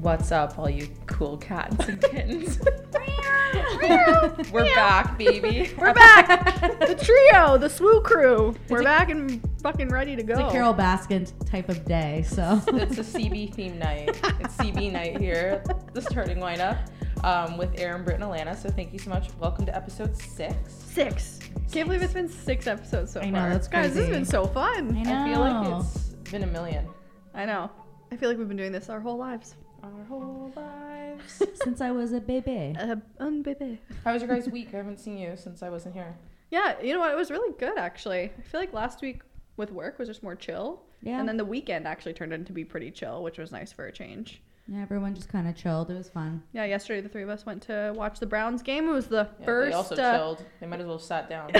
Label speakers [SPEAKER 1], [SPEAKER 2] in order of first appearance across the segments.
[SPEAKER 1] What's up, all you cool cats and kittens? We're back, baby.
[SPEAKER 2] We're back. the trio, the swoo crew. We're back and fucking ready to go.
[SPEAKER 3] It's a Carol Baskin type of day, so
[SPEAKER 1] It's a CB theme night. It's CB night here. The starting lineup um, with Aaron, Britt, and Alana. So thank you so much. Welcome to episode six.
[SPEAKER 2] Six. Can't believe it's been six episodes so
[SPEAKER 3] I know,
[SPEAKER 2] far.
[SPEAKER 3] that's
[SPEAKER 2] Guys, this has
[SPEAKER 3] crazy.
[SPEAKER 2] been so fun.
[SPEAKER 1] I feel like it's been a million.
[SPEAKER 2] I know. I feel like we've been doing this our whole lives.
[SPEAKER 1] Our whole lives.
[SPEAKER 3] since I was a baby.
[SPEAKER 2] Uh, um, baby.
[SPEAKER 1] How was your guys' week? I haven't seen you since I wasn't here.
[SPEAKER 2] Yeah, you know what? It was really good actually. I feel like last week with work was just more chill.
[SPEAKER 3] Yeah.
[SPEAKER 2] And then the weekend actually turned into be pretty chill, which was nice for a change.
[SPEAKER 3] Yeah, everyone just kind of chilled. It was fun.
[SPEAKER 2] Yeah, yesterday the three of us went to watch the Browns game. It was the
[SPEAKER 1] Yeah,
[SPEAKER 2] first
[SPEAKER 1] they also
[SPEAKER 2] uh,
[SPEAKER 1] chilled. They might as well have sat down.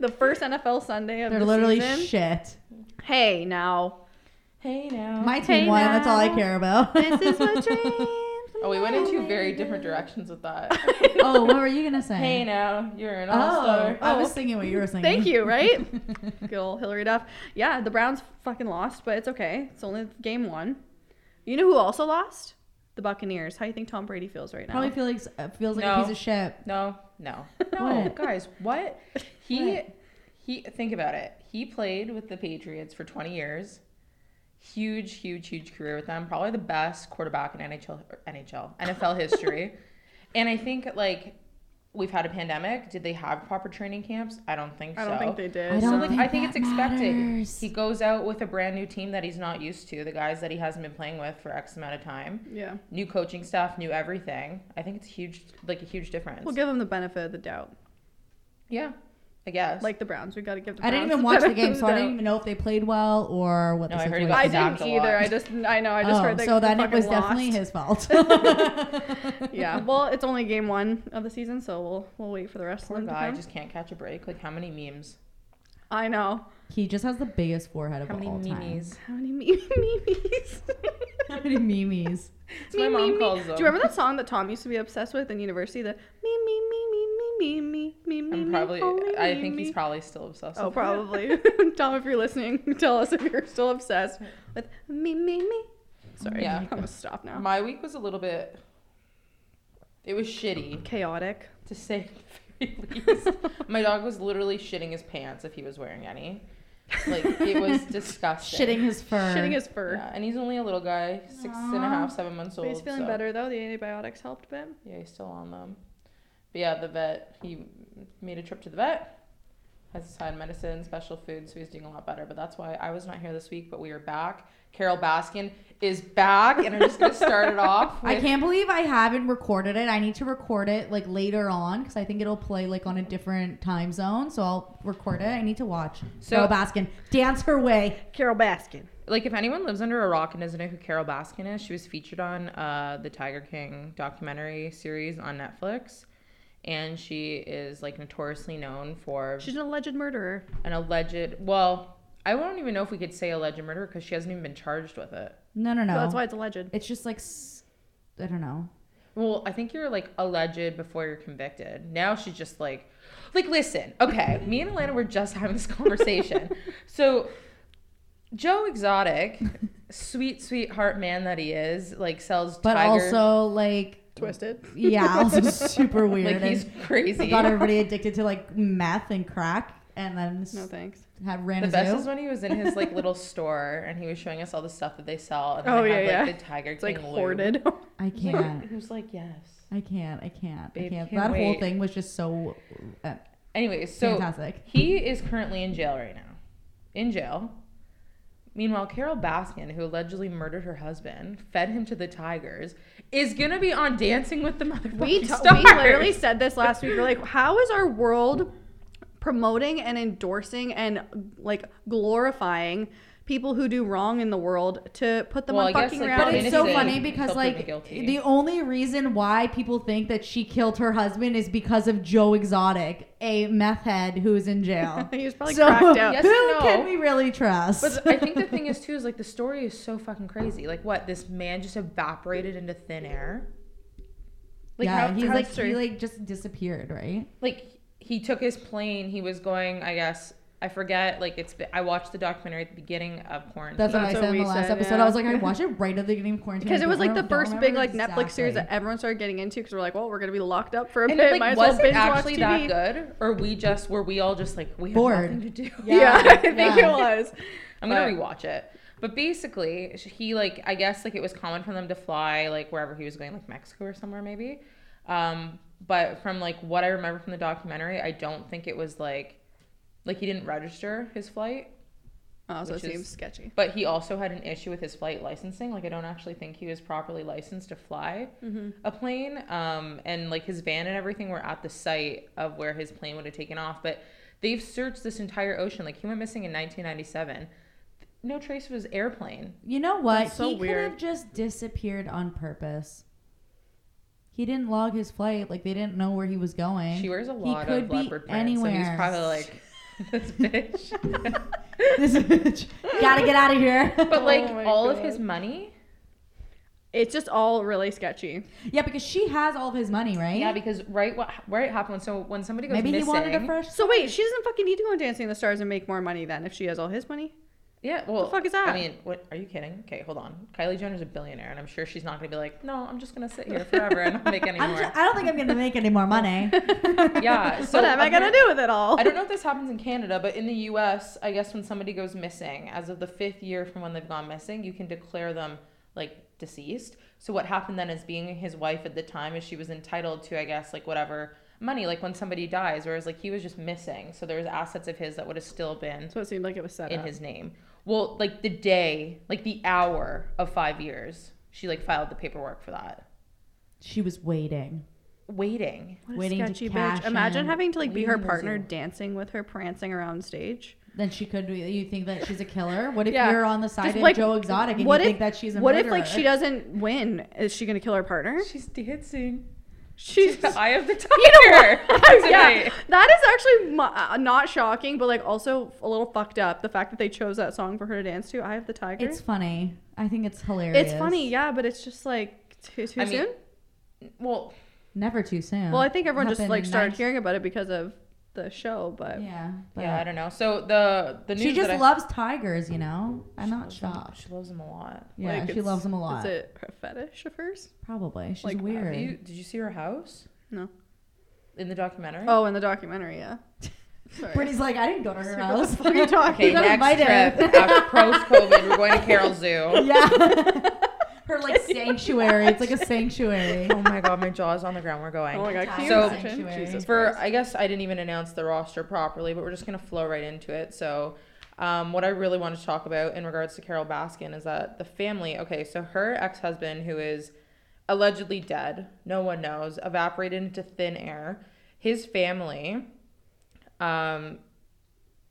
[SPEAKER 2] the first NFL Sunday of
[SPEAKER 3] They're
[SPEAKER 2] the
[SPEAKER 3] literally
[SPEAKER 2] season.
[SPEAKER 3] shit.
[SPEAKER 2] hey, now
[SPEAKER 1] hey now.
[SPEAKER 3] My
[SPEAKER 2] Hey
[SPEAKER 3] team won. That's all I
[SPEAKER 2] now.
[SPEAKER 3] care about.
[SPEAKER 2] this is my dream.
[SPEAKER 1] oh, we went in two very different directions with that.
[SPEAKER 3] oh, what were you gonna say?
[SPEAKER 1] hey now, you're an all
[SPEAKER 3] oh,
[SPEAKER 1] star.
[SPEAKER 3] I
[SPEAKER 2] Oh,
[SPEAKER 3] was
[SPEAKER 2] okay.
[SPEAKER 3] singing what you were singing.
[SPEAKER 2] Thank you, right? Good old Hillary Duff. Yeah, the Browns fucking lost, but it's okay. It's only game one. You know who also lost? The Buccaneers. How do you think Tom Brady feels right now?
[SPEAKER 3] Probably feel like, uh, feels like
[SPEAKER 1] No.
[SPEAKER 3] a piece of shit.
[SPEAKER 1] No, no, no,
[SPEAKER 3] What?
[SPEAKER 1] guys. What he
[SPEAKER 3] What?
[SPEAKER 1] he? Think about it. He played with the Patriots for 20 years. Huge, huge, huge career with them. Probably the best quarterback in NHL, or NHL, NFL history. and I think like we've had a pandemic. Did they have proper training camps? I don't think
[SPEAKER 2] I
[SPEAKER 1] so.
[SPEAKER 2] don't think they did.
[SPEAKER 3] I
[SPEAKER 1] So
[SPEAKER 3] don't
[SPEAKER 1] like
[SPEAKER 3] think
[SPEAKER 1] I think it's
[SPEAKER 3] that
[SPEAKER 1] expected.
[SPEAKER 3] matters.
[SPEAKER 1] He goes out with a brand new team that he's not used to, the guys that he hasn't been playing with for X amount of time.
[SPEAKER 2] Yeah.
[SPEAKER 1] New coaching staff, new everything. I think it's a huge like a huge difference.
[SPEAKER 2] We'll give him the benefit of the doubt.
[SPEAKER 1] Yeah, I guess.
[SPEAKER 2] Like the Browns. We gotta give the
[SPEAKER 3] I didn't
[SPEAKER 2] Browns
[SPEAKER 3] even watch the
[SPEAKER 2] benefit
[SPEAKER 3] game,
[SPEAKER 2] of
[SPEAKER 3] so I
[SPEAKER 2] doubt.
[SPEAKER 3] didn't even know if they played well or what
[SPEAKER 1] No,
[SPEAKER 3] the
[SPEAKER 1] I heard he
[SPEAKER 3] situation.
[SPEAKER 1] got
[SPEAKER 2] I
[SPEAKER 1] zapped
[SPEAKER 2] didn't
[SPEAKER 1] a lot.
[SPEAKER 2] either. I just I know, I just
[SPEAKER 3] oh,
[SPEAKER 2] heard that.
[SPEAKER 3] so
[SPEAKER 2] the
[SPEAKER 3] then it
[SPEAKER 2] fucking
[SPEAKER 3] was definitely
[SPEAKER 2] lost.
[SPEAKER 3] his fault.
[SPEAKER 2] Yeah. Well, it's only game one of the season, so we'll we'll wait for the rest
[SPEAKER 1] Poor
[SPEAKER 2] of them
[SPEAKER 1] guy
[SPEAKER 2] to come.
[SPEAKER 1] just can't catch a break. Like how many memes?
[SPEAKER 2] I know.
[SPEAKER 3] He just has the biggest forehead of
[SPEAKER 1] How many
[SPEAKER 3] all time.
[SPEAKER 1] memes?
[SPEAKER 2] How many me- memes?
[SPEAKER 3] How many memes?
[SPEAKER 1] That's what my mom calls them.
[SPEAKER 2] Do you remember that song that Tom used to be obsessed with in university? The me me me me me me me me me.
[SPEAKER 1] I'm
[SPEAKER 2] me,
[SPEAKER 1] probably.
[SPEAKER 2] only
[SPEAKER 1] I
[SPEAKER 2] me,
[SPEAKER 1] think
[SPEAKER 2] me.
[SPEAKER 1] he's probably still obsessed.
[SPEAKER 2] Oh,
[SPEAKER 1] with it.
[SPEAKER 2] probably. Tom, if you're listening, tell us if you're still obsessed with me me me. Sorry,
[SPEAKER 1] Yeah.
[SPEAKER 2] I'm gonna stop now.
[SPEAKER 1] My week was a little bit. It was shitty
[SPEAKER 2] Chaotic.
[SPEAKER 1] to say the very least. my dog was literally shitting his pants if he was wearing any. Like it was disgusting.
[SPEAKER 3] Shitting his fur.
[SPEAKER 2] Shitting his fur.
[SPEAKER 1] Yeah, and he's only a little guy, six and a half, seven
[SPEAKER 3] Aw.
[SPEAKER 1] months
[SPEAKER 2] But
[SPEAKER 1] old.
[SPEAKER 2] he's feeling
[SPEAKER 1] so-
[SPEAKER 2] better though. The antibiotics helped a bit.
[SPEAKER 1] Yeah, he's still on them. But yeah, the vet, he made a trip to the vet, has his side medicine, special food, so he's doing a lot better. But that's why I was not here this week, but we are back. Carol Baskin is back, and I'm just going to start it off.
[SPEAKER 3] I
[SPEAKER 1] with-
[SPEAKER 3] can't believe I haven't recorded it. I need to record it like later on because I think it'll play like on a different time zone. So I'll record it. I need to watch.
[SPEAKER 1] So-
[SPEAKER 3] So Carol Baskin, dance her way.
[SPEAKER 2] Carol Baskin.
[SPEAKER 1] Like, if anyone lives under a rock and doesn't know who Carol Baskin is, she was featured on uh, the Tiger King documentary series on Netflix. And she is like notoriously known for
[SPEAKER 2] She's an alleged murderer.
[SPEAKER 1] an alleged, well, I don't even know if we could say alleged murder because she hasn't even been charged with it.
[SPEAKER 3] No, no, no.
[SPEAKER 2] So that's why it's alleged.
[SPEAKER 3] It's just like s- I don't know.
[SPEAKER 1] Well, I think you're like alleged before you're convicted. Now she's just like, like, listen, okay, me and Atlanta were just having this conversation. so Joe Exotic, sweet, sweetheart man that he is, like sells
[SPEAKER 3] But
[SPEAKER 1] tiger.
[SPEAKER 3] also like
[SPEAKER 2] Twisted.
[SPEAKER 3] yeah, also super weird.
[SPEAKER 1] like he's
[SPEAKER 3] and
[SPEAKER 1] crazy.
[SPEAKER 3] got everybody addicted to like meth and crack, and then s-
[SPEAKER 2] No thanks.
[SPEAKER 3] had ran
[SPEAKER 1] The
[SPEAKER 3] a
[SPEAKER 1] best
[SPEAKER 3] zoo.
[SPEAKER 1] is when he was in his like little store and he was showing us all the stuff that they sell and then
[SPEAKER 2] Oh,
[SPEAKER 1] they had
[SPEAKER 2] yeah,
[SPEAKER 1] like
[SPEAKER 2] yeah.
[SPEAKER 1] the tiger
[SPEAKER 2] It's like
[SPEAKER 1] King lube.
[SPEAKER 2] hoarded.
[SPEAKER 3] I can't.
[SPEAKER 1] He was like, yes.
[SPEAKER 3] I can't. I can't.
[SPEAKER 1] Babe,
[SPEAKER 3] I can't.
[SPEAKER 1] can't
[SPEAKER 3] That whole
[SPEAKER 1] wait.
[SPEAKER 3] thing was just so uh,
[SPEAKER 1] Anyways, so
[SPEAKER 3] fantastic.
[SPEAKER 1] He is currently in jail right now. In jail. Meanwhile, Carol Baskin, who allegedly murdered her husband, fed him to the tigers, is gonna be on Dancing with the Motherfucking
[SPEAKER 2] We, t- we
[SPEAKER 1] Stars.
[SPEAKER 2] literally said this last week. We're like, how is our world promoting and endorsing and like glorifying people who do wrong in the world to put them
[SPEAKER 1] Well, I
[SPEAKER 2] on
[SPEAKER 1] guess,
[SPEAKER 2] fucking
[SPEAKER 1] like,
[SPEAKER 2] reality?
[SPEAKER 3] But
[SPEAKER 1] I'm
[SPEAKER 3] it's so
[SPEAKER 1] innocent
[SPEAKER 3] funny
[SPEAKER 1] until
[SPEAKER 3] because
[SPEAKER 1] proven
[SPEAKER 3] like
[SPEAKER 1] guilty.
[SPEAKER 3] the only reason why people think that she killed her husband is because of Joe Exotic, a meth head who's in jail.
[SPEAKER 2] He was probably
[SPEAKER 3] so
[SPEAKER 2] cracked out.
[SPEAKER 1] Yes
[SPEAKER 3] who
[SPEAKER 1] and no.
[SPEAKER 3] can we really trust?
[SPEAKER 1] But I think the thing is too is like the story is so fucking crazy. Like what? This man just evaporated into thin air. Like
[SPEAKER 3] yeah,
[SPEAKER 1] how,
[SPEAKER 3] he's
[SPEAKER 1] how
[SPEAKER 3] like
[SPEAKER 1] true-
[SPEAKER 3] he like just disappeared, right?
[SPEAKER 1] like he took his plane. He was going, I guess, I forget. Like it's. I watched the documentary at the beginning of quarantine.
[SPEAKER 3] That's what I
[SPEAKER 2] That's
[SPEAKER 3] said
[SPEAKER 2] what
[SPEAKER 3] in the
[SPEAKER 2] we
[SPEAKER 3] last
[SPEAKER 2] said,
[SPEAKER 3] episode.
[SPEAKER 2] yeah.
[SPEAKER 3] I was like, I watched it right at the beginning of quarantine.
[SPEAKER 2] Because it
[SPEAKER 3] I
[SPEAKER 2] was
[SPEAKER 3] don't-
[SPEAKER 2] like the
[SPEAKER 3] don't
[SPEAKER 2] first big
[SPEAKER 3] remember
[SPEAKER 2] like Netflix series that
[SPEAKER 3] exactly.
[SPEAKER 2] everyone started getting into because we're like, well, we're gonna be locked up for a
[SPEAKER 1] and
[SPEAKER 2] bit.
[SPEAKER 1] it, like,
[SPEAKER 2] Might as well
[SPEAKER 1] was it
[SPEAKER 2] binge watch
[SPEAKER 1] actually
[SPEAKER 2] TV.
[SPEAKER 1] that good, or we just were we all just like we have
[SPEAKER 3] Bored.
[SPEAKER 1] nothing to do?
[SPEAKER 2] Yeah, I think
[SPEAKER 3] yeah.
[SPEAKER 2] it was.
[SPEAKER 1] I'm gonna
[SPEAKER 2] But-
[SPEAKER 1] rewatch it. But basically, sh- he like I guess like it was common for them to fly like wherever he was going, like Mexico or somewhere maybe. Um, but from like what I remember from the documentary, I don't think it was like like he didn't register his flight.
[SPEAKER 2] Oh, so it
[SPEAKER 1] Which is-
[SPEAKER 2] seems sketchy.
[SPEAKER 1] But he also had an issue with his flight licensing. Like I don't actually think he was properly licensed to fly
[SPEAKER 3] Mm-hmm.
[SPEAKER 1] a plane. Um, and like his van and everything were at the site of where his plane would have taken off. But they've searched this entire ocean. Like he went missing in 1997. No trace of his airplane.
[SPEAKER 3] You know what?
[SPEAKER 2] That's so
[SPEAKER 3] he could
[SPEAKER 2] weird.
[SPEAKER 3] have just disappeared on purpose. He didn't log his flight. Like they didn't know where he was going.
[SPEAKER 1] She wears a
[SPEAKER 3] He
[SPEAKER 1] lot
[SPEAKER 3] could
[SPEAKER 1] of
[SPEAKER 3] be
[SPEAKER 1] leopard print, so he's
[SPEAKER 3] anywhere.
[SPEAKER 1] probably like this bitch.
[SPEAKER 3] this bitch gotta get out of here.
[SPEAKER 1] but like
[SPEAKER 2] Oh my
[SPEAKER 1] all of his
[SPEAKER 2] God.
[SPEAKER 1] money.
[SPEAKER 2] It's just all really sketchy.
[SPEAKER 3] yeah, because she has all of his money, right?
[SPEAKER 1] Yeah, because right what where it happened. So when somebody goes
[SPEAKER 3] maybe
[SPEAKER 1] missing,
[SPEAKER 3] he wanted a fresh.
[SPEAKER 2] So wait, she doesn't fucking need to go on Dancing with the Stars and make more money then if she has all his money.
[SPEAKER 1] Yeah, well,
[SPEAKER 2] fuck is that?
[SPEAKER 1] I mean, what are you kidding? Okay, hold on. Kylie Jenner's a billionaire, and I'm sure she's not gonna be like, no, I'm just gonna sit here forever and not make any
[SPEAKER 3] I'm
[SPEAKER 1] more.
[SPEAKER 3] just, I don't think I'm gonna make any more money.
[SPEAKER 1] yeah, so
[SPEAKER 2] what am I gonna
[SPEAKER 1] apparent-
[SPEAKER 2] do with it all?
[SPEAKER 1] I don't know if this happens in Canada, but in the U.S., I guess when somebody goes missing, as of the fifth year from when they've gone missing, you can declare them like deceased. So what happened then is being his wife at the time is she was entitled to, I guess, like whatever money, like when somebody dies, whereas like he was just missing, so there was assets of his that would have still been
[SPEAKER 2] So it seemed like it was set
[SPEAKER 1] in
[SPEAKER 2] up.
[SPEAKER 1] his name. Well, like the day, like the hour of five years, she like filed the paperwork for that.
[SPEAKER 3] she was waiting.
[SPEAKER 1] Waiting.
[SPEAKER 2] What a
[SPEAKER 3] waiting to
[SPEAKER 2] sketchy
[SPEAKER 3] cash
[SPEAKER 2] bitch. Imagine
[SPEAKER 3] in,
[SPEAKER 2] having to like be her
[SPEAKER 1] leaving the
[SPEAKER 2] partner
[SPEAKER 1] zoo.
[SPEAKER 2] dancing with her prancing around stage.
[SPEAKER 3] Then she could. You think that she's a killer? What if
[SPEAKER 2] Yeah.
[SPEAKER 3] you're on the side
[SPEAKER 2] Just,
[SPEAKER 3] of
[SPEAKER 2] like,
[SPEAKER 3] Joe Exotic and
[SPEAKER 2] what
[SPEAKER 3] you
[SPEAKER 2] if-
[SPEAKER 3] think that she's a
[SPEAKER 2] what
[SPEAKER 3] murderer?
[SPEAKER 2] if like she doesn't win? Is she gonna kill her partner?
[SPEAKER 1] She's dancing.
[SPEAKER 2] She's
[SPEAKER 1] The eye of the tiger.
[SPEAKER 2] yeah,
[SPEAKER 1] Tonight.
[SPEAKER 2] that is actually mu- uh, not shocking, but like also a little fucked up. The fact that they chose that song for her to dance to, "Eye of the Tiger."
[SPEAKER 3] It's funny. I think it's hilarious.
[SPEAKER 2] It's funny, yeah, but it's just like too too
[SPEAKER 1] I mean,
[SPEAKER 2] soon.
[SPEAKER 1] Well,
[SPEAKER 3] Never too soon.
[SPEAKER 2] well, I think everyone just
[SPEAKER 3] Happened
[SPEAKER 2] like
[SPEAKER 3] in
[SPEAKER 2] started
[SPEAKER 3] nine-
[SPEAKER 2] hearing about it because of the show, but
[SPEAKER 3] Yeah, but
[SPEAKER 1] yeah, I don't know. So the the news
[SPEAKER 3] she just
[SPEAKER 1] that I-
[SPEAKER 3] loves tigers. You know, I'm not shocked.
[SPEAKER 1] She loves them a lot. uh,
[SPEAKER 3] Yeah,
[SPEAKER 2] like,
[SPEAKER 3] she
[SPEAKER 2] it's-
[SPEAKER 3] loves them a lot.
[SPEAKER 2] Is it a fetish of hers?
[SPEAKER 3] Probably. She's
[SPEAKER 2] Like, have
[SPEAKER 3] weird.
[SPEAKER 1] Have you, did you see her house
[SPEAKER 2] No.
[SPEAKER 1] in the documentary?
[SPEAKER 2] Oh, in the documentary, yeah. Sorry.
[SPEAKER 3] Brittany's like, I didn't go to her
[SPEAKER 2] What the
[SPEAKER 3] house.
[SPEAKER 2] fuck are you talking
[SPEAKER 1] okay.
[SPEAKER 3] you got
[SPEAKER 1] Next
[SPEAKER 3] invited.
[SPEAKER 1] trip after post COVID, we're going to Carol Zoo.
[SPEAKER 3] yeah. her like sanctuary. It's like a sanctuary.
[SPEAKER 1] Oh my god, my jaw's on the ground. We're going.
[SPEAKER 2] Oh my god, can you
[SPEAKER 1] So-
[SPEAKER 2] imagine?
[SPEAKER 3] Sanctuary.
[SPEAKER 2] Jesus
[SPEAKER 1] for
[SPEAKER 2] Christ.
[SPEAKER 1] I guess I didn't even announce the roster properly, but we're just gonna flow right into it. So, um, what I really want to talk about in regards to Carol Baskin is that the family. Okay, so her ex-husband, who is allegedly dead, no one knows, evaporated into thin air. His family, um,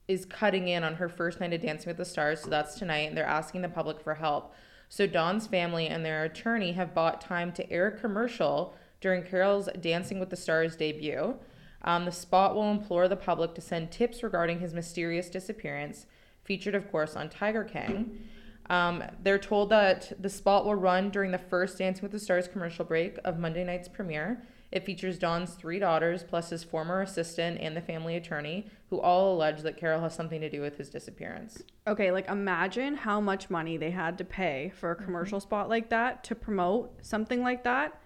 [SPEAKER 1] is cutting in on her first night of Dancing with the Stars, so that's tonight, and they're asking the public for help. So Dawn's family and their attorney have bought time to air a commercial during Carol's Dancing with the Stars debut. Um, the spot will implore the public to send tips regarding his mysterious disappearance, featured, of course, on Tiger King. Um, they're told that the spot will run during the first Dancing with the Stars commercial break of Monday night's premiere. It features Don's three daughters, plus his former assistant and the family attorney, who all allege that Carol has something to do with his disappearance.
[SPEAKER 2] Okay, like imagine how much money they had to pay for a
[SPEAKER 3] Mm-hmm.
[SPEAKER 2] commercial spot like that to promote something like that.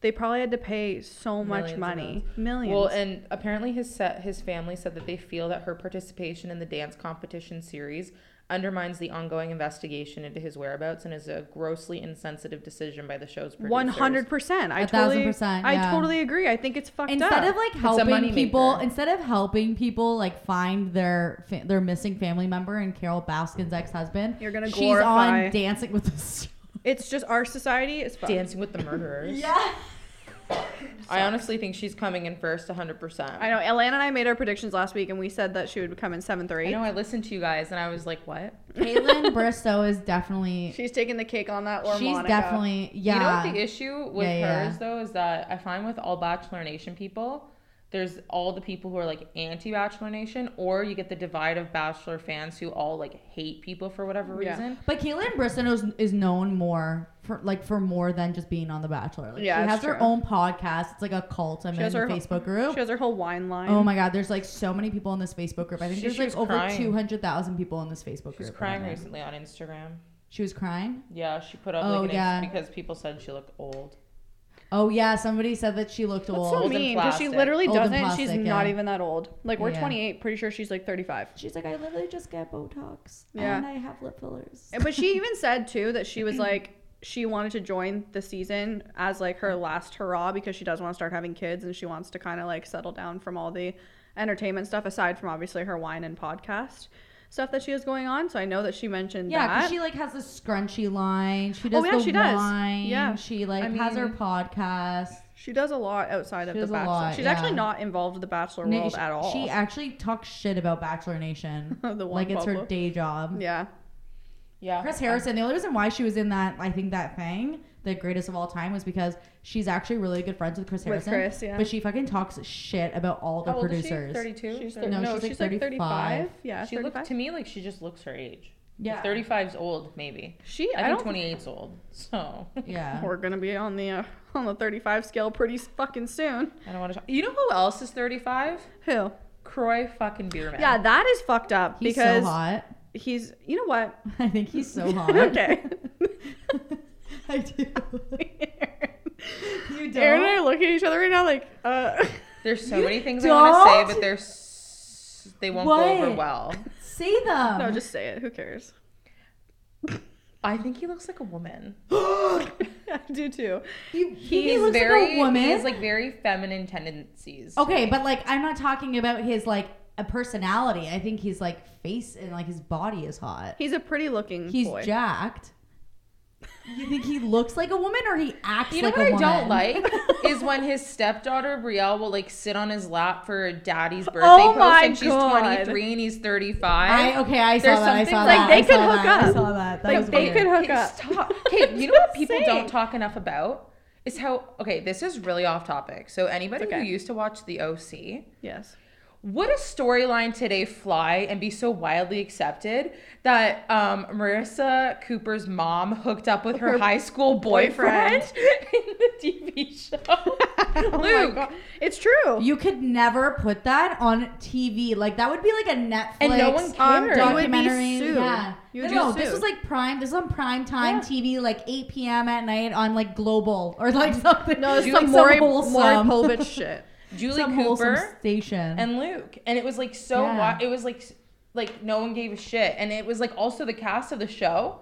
[SPEAKER 2] They probably had to pay so
[SPEAKER 1] Millions
[SPEAKER 2] much
[SPEAKER 1] of
[SPEAKER 2] money. Millions.
[SPEAKER 1] Well, and apparently his set, his family said that they feel that her participation in the dance competition series undermines the ongoing investigation into his whereabouts and is a grossly insensitive decision by the show's producers.
[SPEAKER 2] One hundred percent. I
[SPEAKER 3] A thousand
[SPEAKER 2] totally.
[SPEAKER 3] percent,
[SPEAKER 2] I
[SPEAKER 3] yeah.
[SPEAKER 2] totally agree. I think it's fucked
[SPEAKER 3] Instead
[SPEAKER 2] up.
[SPEAKER 3] of like
[SPEAKER 1] a
[SPEAKER 3] helping
[SPEAKER 1] moneymaker.
[SPEAKER 3] people, instead of helping people like find their fa- their missing family member and Carol Baskin's ex husband,
[SPEAKER 2] You're gonna
[SPEAKER 3] she's
[SPEAKER 2] glorify-
[SPEAKER 3] on Dancing with the Stars.
[SPEAKER 2] it's just our society is fucked.
[SPEAKER 1] Dancing with the Murderers.
[SPEAKER 3] Yeah,
[SPEAKER 1] I honestly think she's coming in first, 100%.
[SPEAKER 2] I know. Atlanta and I made our predictions last week, and we said that she would come in seventh or
[SPEAKER 1] I
[SPEAKER 2] eighth.
[SPEAKER 1] know I listened to you guys and I was like, what?
[SPEAKER 3] Caitlin Bristow is definitely.
[SPEAKER 2] She's taking the cake on that. Or
[SPEAKER 3] she's
[SPEAKER 2] Monica.
[SPEAKER 3] definitely yeah.
[SPEAKER 1] You know what the issue with
[SPEAKER 3] Yeah, yeah,
[SPEAKER 1] hers
[SPEAKER 3] yeah.
[SPEAKER 1] though is that I find with all Bachelor Nation people, there's all the people who are like anti Bachelor Nation, or you get the divide of Bachelor fans who all like hate people for whatever
[SPEAKER 2] Yeah.
[SPEAKER 1] reason.
[SPEAKER 3] But Caitlyn Brisson is, is known more for like for more than just being on The Bachelor. Like,
[SPEAKER 2] Yeah,
[SPEAKER 3] she has
[SPEAKER 2] it's
[SPEAKER 3] her
[SPEAKER 2] true.
[SPEAKER 3] own podcast. It's like a cult. I'm
[SPEAKER 2] She has
[SPEAKER 3] in a
[SPEAKER 2] her ho-
[SPEAKER 3] Facebook group.
[SPEAKER 2] She has her whole wine line.
[SPEAKER 3] Oh my god, there's like so many people in this Facebook group. I think
[SPEAKER 1] She-
[SPEAKER 3] there's
[SPEAKER 1] she was
[SPEAKER 3] like over
[SPEAKER 1] crying.
[SPEAKER 3] two hundred thousand people in this Facebook group.
[SPEAKER 1] She was
[SPEAKER 3] that
[SPEAKER 1] crying
[SPEAKER 3] I'm in.
[SPEAKER 1] recently on Instagram.
[SPEAKER 3] She was crying.
[SPEAKER 1] Yeah, she put up
[SPEAKER 3] Oh,
[SPEAKER 1] like an ex-
[SPEAKER 3] yeah.
[SPEAKER 1] because people said she looked old.
[SPEAKER 3] Oh yeah, somebody said that she looked
[SPEAKER 2] That's
[SPEAKER 3] old.
[SPEAKER 2] so
[SPEAKER 1] Old and
[SPEAKER 2] mean because she
[SPEAKER 1] plastic.
[SPEAKER 2] literally
[SPEAKER 3] Old and
[SPEAKER 2] doesn't. she's
[SPEAKER 3] plastic,
[SPEAKER 2] not
[SPEAKER 3] yeah.
[SPEAKER 2] even that old. Like we're
[SPEAKER 3] Yeah.
[SPEAKER 2] 28. Pretty sure she's like 35.
[SPEAKER 3] She's like, I literally just get Botox
[SPEAKER 2] Yeah.
[SPEAKER 3] and I have lip fillers.
[SPEAKER 2] But she even said too that she was like she wanted to join the season as like her last hurrah because she does want to start having kids and she wants to kind of like settle down from all the entertainment stuff aside from obviously her wine and podcast stuff that she has going on. So I know that she mentioned
[SPEAKER 3] Yeah,
[SPEAKER 2] that. Oh,
[SPEAKER 3] because she like has a scrunchy line. She does
[SPEAKER 2] yeah,
[SPEAKER 3] the
[SPEAKER 2] she does.
[SPEAKER 3] wine.
[SPEAKER 2] Yeah.
[SPEAKER 3] she like
[SPEAKER 1] I
[SPEAKER 3] has her
[SPEAKER 1] mean-
[SPEAKER 3] podcast.
[SPEAKER 2] She does a lot outside of
[SPEAKER 3] She
[SPEAKER 2] the
[SPEAKER 3] does a
[SPEAKER 2] Bachelor.
[SPEAKER 3] lot,
[SPEAKER 2] She's actually
[SPEAKER 3] yeah.
[SPEAKER 2] not involved with the Bachelor
[SPEAKER 3] No,
[SPEAKER 2] world
[SPEAKER 3] she,
[SPEAKER 2] at all.
[SPEAKER 3] She actually talks shit about Bachelor Nation.
[SPEAKER 2] The one
[SPEAKER 3] like it's her
[SPEAKER 2] bubble.
[SPEAKER 3] day job.
[SPEAKER 2] yeah.
[SPEAKER 1] Yeah.
[SPEAKER 3] Chris Harrison, the only reason why she was in that, I think that thing, the greatest of all time, was because she's actually really good friends with Chris
[SPEAKER 2] With
[SPEAKER 3] Harrison.
[SPEAKER 2] Chris, yeah.
[SPEAKER 3] But she fucking talks shit about all the
[SPEAKER 1] How old is she?
[SPEAKER 3] producers.
[SPEAKER 1] 32?
[SPEAKER 2] She's
[SPEAKER 1] Or-
[SPEAKER 2] thir-
[SPEAKER 3] no,
[SPEAKER 2] no,
[SPEAKER 3] she's,
[SPEAKER 2] she's,
[SPEAKER 3] like,
[SPEAKER 2] like 35.
[SPEAKER 3] 35.
[SPEAKER 2] Yeah,
[SPEAKER 1] She
[SPEAKER 2] 35.
[SPEAKER 1] looked to me like she just looks her age.
[SPEAKER 3] Yeah.
[SPEAKER 1] Yeah. 35's old, maybe.
[SPEAKER 2] she I,
[SPEAKER 1] I think
[SPEAKER 2] don't
[SPEAKER 1] 28's old. So
[SPEAKER 3] Yeah.
[SPEAKER 2] we're going to be on the uh, on the 35 scale pretty s- fucking soon.
[SPEAKER 1] I don't want to talk. You know who else is 35?
[SPEAKER 2] Who?
[SPEAKER 1] Croy fucking Bierman.
[SPEAKER 2] Yeah, that is fucked up
[SPEAKER 3] He's
[SPEAKER 2] because
[SPEAKER 3] so hot.
[SPEAKER 2] he's you know what?
[SPEAKER 3] I think he's so hot.
[SPEAKER 2] okay.
[SPEAKER 3] I do. You
[SPEAKER 2] Aaron and
[SPEAKER 3] don't.
[SPEAKER 2] I look at each other right now like, uh
[SPEAKER 1] There's so
[SPEAKER 3] You
[SPEAKER 1] many things I want to
[SPEAKER 3] don't?
[SPEAKER 1] say, but they're s- they won't
[SPEAKER 3] What?
[SPEAKER 1] go over well.
[SPEAKER 3] Say them.
[SPEAKER 2] no, just say it. Who cares?
[SPEAKER 1] I think he looks like a woman.
[SPEAKER 2] I do too.
[SPEAKER 3] You- he,
[SPEAKER 1] He's
[SPEAKER 3] looks
[SPEAKER 1] very,
[SPEAKER 3] like a woman. Oh,
[SPEAKER 1] He has like very feminine tendencies.
[SPEAKER 3] okay, but like I'm not talking about his like a personality. I think he's like face and like his body is hot.
[SPEAKER 2] He's a pretty looking
[SPEAKER 3] He's
[SPEAKER 2] boy.
[SPEAKER 3] jacked. You think he looks like a woman or he acts
[SPEAKER 1] You know
[SPEAKER 3] like
[SPEAKER 1] what
[SPEAKER 3] a
[SPEAKER 1] I
[SPEAKER 3] woman?
[SPEAKER 1] don't like is when his stepdaughter Brielle will like sit on his lap for daddy's
[SPEAKER 3] Oh
[SPEAKER 1] birthday post,
[SPEAKER 2] my
[SPEAKER 1] and she's
[SPEAKER 2] God.
[SPEAKER 1] 23 and he's 35.
[SPEAKER 3] I okay, I saw
[SPEAKER 1] There's
[SPEAKER 3] that. I
[SPEAKER 1] something-
[SPEAKER 3] saw
[SPEAKER 1] like,
[SPEAKER 3] that.
[SPEAKER 2] they
[SPEAKER 3] I
[SPEAKER 2] could
[SPEAKER 3] saw
[SPEAKER 2] hook
[SPEAKER 3] that, I
[SPEAKER 2] up.
[SPEAKER 3] saw that. That
[SPEAKER 2] Like,
[SPEAKER 3] was
[SPEAKER 2] they
[SPEAKER 3] weird.
[SPEAKER 2] could hook
[SPEAKER 1] Okay,
[SPEAKER 2] up.
[SPEAKER 1] stop. Okay, you know
[SPEAKER 2] what
[SPEAKER 1] what
[SPEAKER 2] I'm
[SPEAKER 1] people
[SPEAKER 2] saying.
[SPEAKER 1] don't talk enough about is how okay. This is really off topic. So anybody
[SPEAKER 2] It's okay.
[SPEAKER 1] who used to watch The OC,
[SPEAKER 2] Yes.
[SPEAKER 1] would a storyline today fly and be so wildly accepted that um, Marissa Cooper's mom hooked up with her,
[SPEAKER 2] Her
[SPEAKER 1] high school boyfriend, in the TV show?
[SPEAKER 2] Oh my
[SPEAKER 1] Luke.
[SPEAKER 2] god. It's true.
[SPEAKER 3] You could never put that on TV. Like that would be like a Netflix
[SPEAKER 1] And no one
[SPEAKER 3] um,
[SPEAKER 1] cares.
[SPEAKER 2] You would be
[SPEAKER 3] documentary.
[SPEAKER 2] sued.
[SPEAKER 3] Yeah.
[SPEAKER 2] You would
[SPEAKER 3] no,
[SPEAKER 2] be
[SPEAKER 3] no, this
[SPEAKER 2] sued.
[SPEAKER 3] was like prime. This is on prime time
[SPEAKER 1] Yeah.
[SPEAKER 3] TV, like 8 p.m. at night on like Global or like something.
[SPEAKER 2] no, this
[SPEAKER 3] Do
[SPEAKER 2] is
[SPEAKER 3] like
[SPEAKER 2] some Maury,
[SPEAKER 3] wholesome-
[SPEAKER 2] Maury Povich shit.
[SPEAKER 1] Julie
[SPEAKER 3] some wholesome
[SPEAKER 1] Cooper
[SPEAKER 3] station.
[SPEAKER 1] and Luke, and it was like so.
[SPEAKER 3] Yeah.
[SPEAKER 1] Wi- it was like s- like no one gave a shit, and it was like also the cast of the show,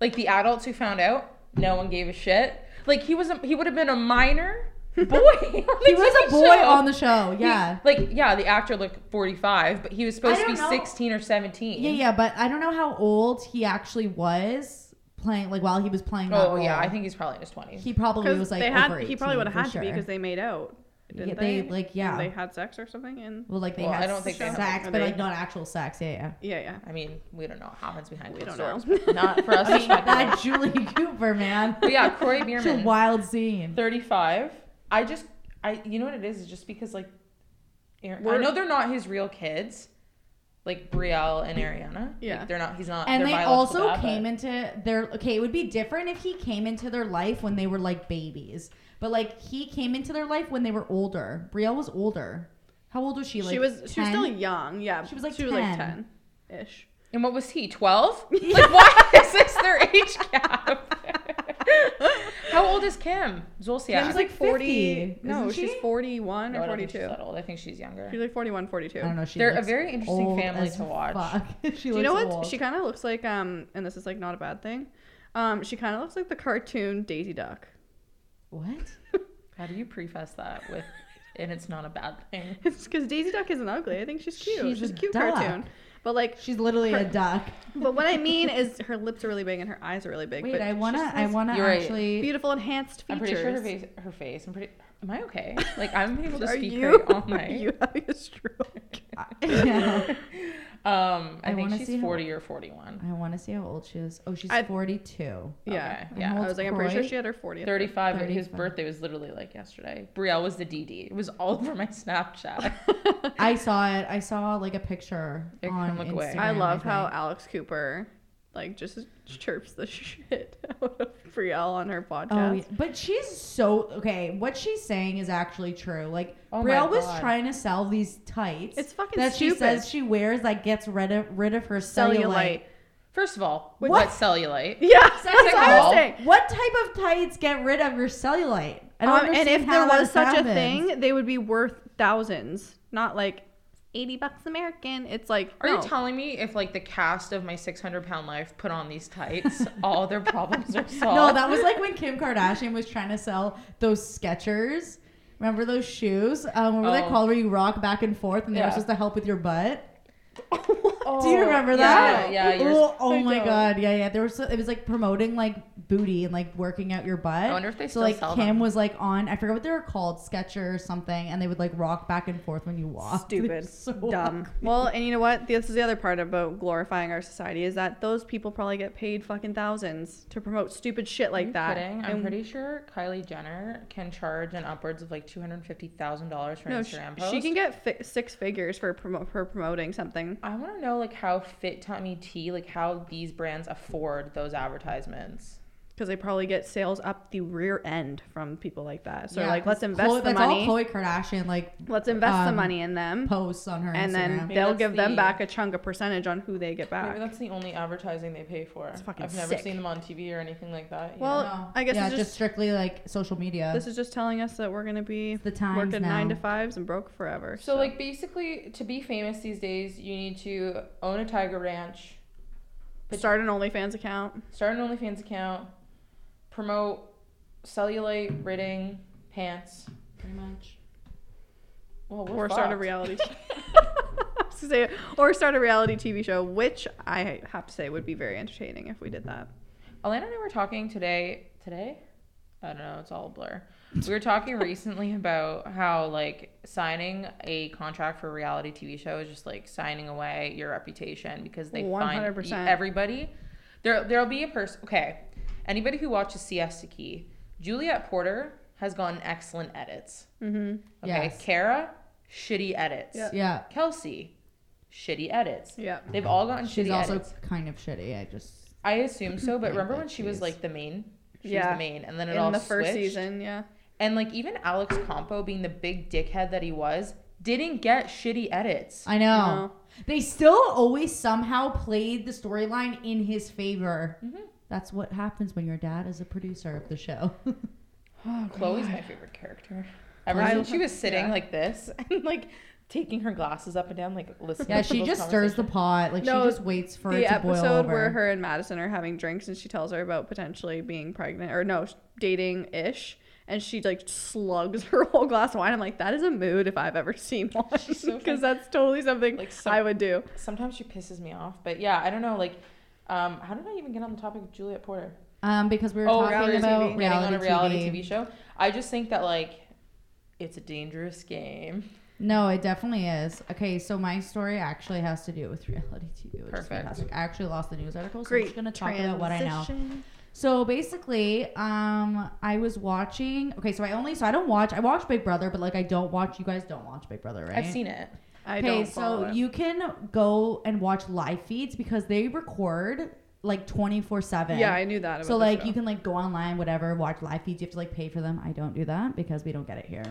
[SPEAKER 1] like the adults who found out, no one gave a shit. Like he was a, he would have been a minor boy.
[SPEAKER 3] he was a boy on the show. Yeah.
[SPEAKER 1] like yeah, the actor looked 45, but he was supposed
[SPEAKER 3] I
[SPEAKER 1] to be
[SPEAKER 3] don't know.
[SPEAKER 1] 16 or 17.
[SPEAKER 3] Yeah, yeah, but I don't know how old he actually was playing, like while he was playing. That
[SPEAKER 1] Oh
[SPEAKER 3] role.
[SPEAKER 1] yeah, I think he's probably in his 20s.
[SPEAKER 3] he probably
[SPEAKER 2] Because
[SPEAKER 3] was like
[SPEAKER 2] they had,
[SPEAKER 3] over
[SPEAKER 2] he probably would
[SPEAKER 3] 18
[SPEAKER 2] have had
[SPEAKER 3] for
[SPEAKER 2] to be
[SPEAKER 3] sure.
[SPEAKER 2] because they made out. Didn't
[SPEAKER 3] Yeah,
[SPEAKER 2] they?
[SPEAKER 3] they, like yeah,
[SPEAKER 2] They had sex or something, and
[SPEAKER 3] well like they
[SPEAKER 1] Well,
[SPEAKER 3] had
[SPEAKER 1] I don't think they
[SPEAKER 3] sex,
[SPEAKER 1] had-
[SPEAKER 2] Are
[SPEAKER 3] but
[SPEAKER 2] they-
[SPEAKER 3] like not actual sex. Yeah, yeah.
[SPEAKER 2] yeah, yeah.
[SPEAKER 1] I mean, we don't know what happens behind
[SPEAKER 2] We
[SPEAKER 1] closed
[SPEAKER 2] don't
[SPEAKER 1] doors. but Not for us to speculate.
[SPEAKER 3] that Julie Cooper man.
[SPEAKER 1] But yeah, Corey
[SPEAKER 3] It's a
[SPEAKER 1] Bierman.
[SPEAKER 3] wild scene.
[SPEAKER 1] 35. I just, I, you know what it is? It's just because like, Aaron, I
[SPEAKER 2] We're-
[SPEAKER 1] know they're not his real kids, like Brielle and Ariana.
[SPEAKER 2] Yeah.
[SPEAKER 1] Like, they're not. He's not.
[SPEAKER 3] And
[SPEAKER 1] their
[SPEAKER 3] they
[SPEAKER 1] biological
[SPEAKER 3] also
[SPEAKER 1] dad,
[SPEAKER 3] came
[SPEAKER 1] but-
[SPEAKER 3] into their okay. It would be different if he came into their life when they were like babies, but like he came into their life when they were older. Brielle was older. How old was she? Like
[SPEAKER 2] she was she was
[SPEAKER 3] 10?
[SPEAKER 2] still young. Yeah,
[SPEAKER 3] She was like
[SPEAKER 2] she was like
[SPEAKER 3] 10.
[SPEAKER 2] ten ish.
[SPEAKER 1] And what was he? 12? Like, why is this their age gap? How old is Kim Zolciak?
[SPEAKER 3] Kim's
[SPEAKER 2] She's
[SPEAKER 3] like
[SPEAKER 2] like 40.
[SPEAKER 3] 50,
[SPEAKER 2] no,
[SPEAKER 3] isn't
[SPEAKER 2] she's
[SPEAKER 3] she?
[SPEAKER 2] 41
[SPEAKER 1] No, I
[SPEAKER 2] or
[SPEAKER 1] don't think
[SPEAKER 2] 42.
[SPEAKER 1] She's that old. I think she's younger.
[SPEAKER 2] She's like 41,
[SPEAKER 3] I don't
[SPEAKER 2] 42.
[SPEAKER 3] know. She
[SPEAKER 1] They're a
[SPEAKER 3] looks
[SPEAKER 1] very interesting
[SPEAKER 3] old
[SPEAKER 1] family
[SPEAKER 3] as
[SPEAKER 1] to watch.
[SPEAKER 3] fuck.
[SPEAKER 2] Do
[SPEAKER 3] she looks
[SPEAKER 2] you know what?
[SPEAKER 3] old.
[SPEAKER 2] She kind of looks like um and this is like not a bad thing. Um she kind of looks like the cartoon Daisy Duck.
[SPEAKER 3] What?
[SPEAKER 1] How do you preface that with, and it's not a bad thing?
[SPEAKER 2] It's cuz Daisy Duck isn't ugly. I think she's cute.
[SPEAKER 3] She's
[SPEAKER 2] She's,
[SPEAKER 3] a
[SPEAKER 2] a cute
[SPEAKER 3] duck.
[SPEAKER 2] cartoon. But like
[SPEAKER 3] She's literally a duck.
[SPEAKER 2] but what I mean is her lips are really big and her eyes are really big.
[SPEAKER 3] Wait,
[SPEAKER 2] but
[SPEAKER 3] I
[SPEAKER 2] she
[SPEAKER 3] wanna,
[SPEAKER 2] just
[SPEAKER 3] I
[SPEAKER 2] has
[SPEAKER 3] wanna
[SPEAKER 1] You're right.
[SPEAKER 3] actually.
[SPEAKER 2] beautiful enhanced features.
[SPEAKER 1] I'm pretty sure her face. Her face. I'm pretty. Am I okay? Like I've been able to
[SPEAKER 2] Are
[SPEAKER 1] speak
[SPEAKER 2] you
[SPEAKER 1] right all night.
[SPEAKER 2] you having a stroke?
[SPEAKER 3] Yeah.
[SPEAKER 1] Um, I,
[SPEAKER 3] I
[SPEAKER 1] think
[SPEAKER 3] wanna see
[SPEAKER 1] she's
[SPEAKER 3] how-
[SPEAKER 1] 40 or 41.
[SPEAKER 3] I want to see how old she is. Oh, she's
[SPEAKER 2] I-
[SPEAKER 3] 42.
[SPEAKER 2] Yeah.
[SPEAKER 1] Okay, yeah.
[SPEAKER 2] I was like, I'm pretty sure
[SPEAKER 3] Right?
[SPEAKER 2] she had her 40th.
[SPEAKER 1] 35, but his
[SPEAKER 3] 35.
[SPEAKER 1] birthday was literally like yesterday. Brielle was the DD. It was all over my Snapchat.
[SPEAKER 3] I saw it. I saw like a picture
[SPEAKER 1] I
[SPEAKER 3] on
[SPEAKER 1] couldn't look away.
[SPEAKER 3] Instagram.
[SPEAKER 2] I love how
[SPEAKER 3] think.
[SPEAKER 2] Alex Cooper like just chirps the shit out of Brielle on her podcast.
[SPEAKER 3] Oh, yeah. but she's so okay. What she's saying is actually true. Like
[SPEAKER 1] Oh my
[SPEAKER 3] Brielle was
[SPEAKER 1] God.
[SPEAKER 3] trying to sell these tights.
[SPEAKER 2] It's fucking
[SPEAKER 3] that she
[SPEAKER 2] stupid.
[SPEAKER 3] says she wears that gets rid of rid of her cellulite.
[SPEAKER 2] Cellulite.
[SPEAKER 1] First of all,
[SPEAKER 2] Wait,
[SPEAKER 1] what
[SPEAKER 2] what?
[SPEAKER 1] cellulite?
[SPEAKER 2] Yeah, that's
[SPEAKER 3] Second
[SPEAKER 2] what
[SPEAKER 3] of
[SPEAKER 2] I
[SPEAKER 1] all,
[SPEAKER 2] was saying.
[SPEAKER 3] What type of tights get rid of your cellulite? I don't
[SPEAKER 2] Um, and
[SPEAKER 3] understand
[SPEAKER 2] if
[SPEAKER 3] how
[SPEAKER 2] there
[SPEAKER 3] that
[SPEAKER 2] was such a
[SPEAKER 3] happens.
[SPEAKER 2] thing, they would be worth thousands, not like eighty bucks American. It's like
[SPEAKER 1] Are
[SPEAKER 2] no.
[SPEAKER 1] you telling me if like the cast of my 600 pound life put on these tights, all their problems are solved?
[SPEAKER 3] No, that was like when Kim Kardashian was trying to sell those Skechers. Remember those shoes? Um, what were they
[SPEAKER 1] Oh.
[SPEAKER 3] called? Where you rock back and forth, and they
[SPEAKER 1] Yeah.
[SPEAKER 3] were supposed to help with your butt.
[SPEAKER 1] Oh,
[SPEAKER 3] Do you remember
[SPEAKER 1] yeah,
[SPEAKER 3] that?
[SPEAKER 1] Yeah, yours-
[SPEAKER 3] Oh, oh
[SPEAKER 2] I
[SPEAKER 3] my
[SPEAKER 2] don't.
[SPEAKER 3] god. Yeah, yeah. There was so, it was like promoting like booty and like working out your butt.
[SPEAKER 1] I wonder if they
[SPEAKER 3] so
[SPEAKER 1] still
[SPEAKER 3] like
[SPEAKER 1] sell
[SPEAKER 3] Kim
[SPEAKER 1] them.
[SPEAKER 3] was like on. I forget what they were called, Sketcher or something, and they would like rock back and forth when you walked. They were
[SPEAKER 2] Stupid,
[SPEAKER 3] so
[SPEAKER 2] dumb.
[SPEAKER 3] ugly.
[SPEAKER 2] Well, and you know what? This is the other part about glorifying our society is that those people probably get paid fucking thousands to promote stupid shit
[SPEAKER 1] Are
[SPEAKER 2] like
[SPEAKER 1] you
[SPEAKER 2] that.
[SPEAKER 1] kidding? I'm
[SPEAKER 2] And-
[SPEAKER 1] pretty sure Kylie Jenner can charge an upwards of like two hundred fifty thousand dollars for an
[SPEAKER 2] no, she,
[SPEAKER 1] Instagram post.
[SPEAKER 2] she can get fi- six figures for promo- for promoting something.
[SPEAKER 1] I want to know like how Fit Tummy Tea, like how these brands afford those advertisements.
[SPEAKER 2] because they probably get sales up the rear end from people like that. So
[SPEAKER 3] Yeah,
[SPEAKER 2] like, let's
[SPEAKER 3] 'cause
[SPEAKER 2] invest
[SPEAKER 3] Khloe-
[SPEAKER 2] the
[SPEAKER 3] that's
[SPEAKER 2] money.
[SPEAKER 3] all Khloe Kardashian like
[SPEAKER 2] let's invest the
[SPEAKER 3] um,
[SPEAKER 2] money in them,
[SPEAKER 3] posts on her
[SPEAKER 2] and then
[SPEAKER 3] Instagram.
[SPEAKER 1] Maybe
[SPEAKER 2] they'll
[SPEAKER 1] that's
[SPEAKER 2] give them
[SPEAKER 1] the-
[SPEAKER 2] back a chunk, a percentage on who they get
[SPEAKER 1] Maybe
[SPEAKER 2] back.
[SPEAKER 1] that's the only advertising they pay for.
[SPEAKER 2] fucking
[SPEAKER 1] I've never
[SPEAKER 2] sick.
[SPEAKER 1] seen them on TV or anything like that. you
[SPEAKER 2] Well,
[SPEAKER 1] know?
[SPEAKER 3] No.
[SPEAKER 2] I guess
[SPEAKER 3] yeah,
[SPEAKER 2] it's
[SPEAKER 3] just,
[SPEAKER 2] just-
[SPEAKER 3] strictly like social media.
[SPEAKER 2] This is just telling us that we're gonna be
[SPEAKER 3] the times
[SPEAKER 2] working
[SPEAKER 3] now.
[SPEAKER 2] nine to fives and broke forever.
[SPEAKER 1] so like basically to be famous these days, you need to own a Tiger Ranch,
[SPEAKER 2] start an OnlyFans account.
[SPEAKER 1] start an OnlyFans account, promote cellulite, ridding, pants.
[SPEAKER 3] pretty much.
[SPEAKER 1] Well, we're
[SPEAKER 2] Or start a
[SPEAKER 1] fucked.
[SPEAKER 2] reality. T- I was gonna say, or start a reality TV show, which I have to say would be very entertaining if we did that.
[SPEAKER 1] Alana and I were talking today. Today? I don't know. It's all a blur. We were talking recently about how like signing a contract for a reality TV show is just like signing away your reputation because they find e-
[SPEAKER 2] 100%.
[SPEAKER 1] everybody. There, there'll be a person. Okay, anybody who watches Siesta Key, Juliet Porter has gotten excellent edits.
[SPEAKER 2] Mm-hmm.
[SPEAKER 1] Okay,
[SPEAKER 3] Yes.
[SPEAKER 1] Kara, shitty edits.
[SPEAKER 2] Yeah.
[SPEAKER 3] Yeah.
[SPEAKER 1] Kelsey, shitty edits.
[SPEAKER 2] Yeah.
[SPEAKER 1] They've all gotten shitty
[SPEAKER 3] She's also
[SPEAKER 1] edits.
[SPEAKER 3] kind of shitty. I just
[SPEAKER 1] I assume so, but
[SPEAKER 3] Like
[SPEAKER 1] remember
[SPEAKER 3] that
[SPEAKER 1] when she was
[SPEAKER 3] she's-
[SPEAKER 1] like the main? She was
[SPEAKER 2] Yeah.
[SPEAKER 1] the main, and then it all
[SPEAKER 2] In the first
[SPEAKER 1] switched.
[SPEAKER 2] season, yeah.
[SPEAKER 1] And like even Alex Compo being the big dickhead that he was, didn't get shitty edits.
[SPEAKER 3] I know. They still always somehow played the storyline in his favor. That's what happens when your dad is a producer of the show.
[SPEAKER 2] Oh,
[SPEAKER 1] Chloe's my favorite character. Ever
[SPEAKER 3] I-
[SPEAKER 1] since she was sitting
[SPEAKER 2] yeah.
[SPEAKER 1] like this and like taking her glasses up and down, like listening.
[SPEAKER 3] yeah,
[SPEAKER 1] to
[SPEAKER 3] she
[SPEAKER 1] those
[SPEAKER 3] just stirs the
[SPEAKER 1] conversations.
[SPEAKER 3] pot. Like
[SPEAKER 2] No,
[SPEAKER 3] she just waits for it
[SPEAKER 2] the
[SPEAKER 3] to boil
[SPEAKER 2] episode
[SPEAKER 3] over.
[SPEAKER 2] where her and Madison are having drinks and she tells her about potentially being pregnant or no dating ish and she like slugs her whole glass of wine i'm like that is a mood if i've ever seen one because
[SPEAKER 1] so funny.
[SPEAKER 2] that's totally something
[SPEAKER 1] Like some-
[SPEAKER 2] i would do
[SPEAKER 1] Sometimes she pisses me off, but yeah, I don't know. Like, um, how did I even get on the topic of Juliet Porter?
[SPEAKER 3] um, because we were
[SPEAKER 1] oh,
[SPEAKER 3] talking
[SPEAKER 1] reality
[SPEAKER 3] about
[SPEAKER 1] TV, getting on
[SPEAKER 3] reality,
[SPEAKER 1] a reality
[SPEAKER 3] TV.
[SPEAKER 1] TV. show. I just think that like, it's a dangerous game.
[SPEAKER 3] No, it definitely is. Okay, so my story actually has to do with reality TV, which is
[SPEAKER 1] Perfect.
[SPEAKER 3] fantastic. I actually lost the news article, so I'm
[SPEAKER 2] great
[SPEAKER 3] just gonna talk about what I know.
[SPEAKER 2] transition.
[SPEAKER 3] So basically, um, I was watching. Okay, so I only so I don't watch. I watch Big Brother, but like I don't watch. You guys don't watch Big Brother, right?
[SPEAKER 1] I've seen it.
[SPEAKER 2] i
[SPEAKER 3] Okay,
[SPEAKER 2] don't
[SPEAKER 3] so
[SPEAKER 2] so you
[SPEAKER 3] you can go and watch live feeds because they record like twenty four seven.
[SPEAKER 2] yeah i knew that about
[SPEAKER 3] So
[SPEAKER 2] the
[SPEAKER 3] like
[SPEAKER 2] show.
[SPEAKER 3] you can like go online, whatever, watch live feeds. You have to like pay for them. I don't do that because we don't get it here.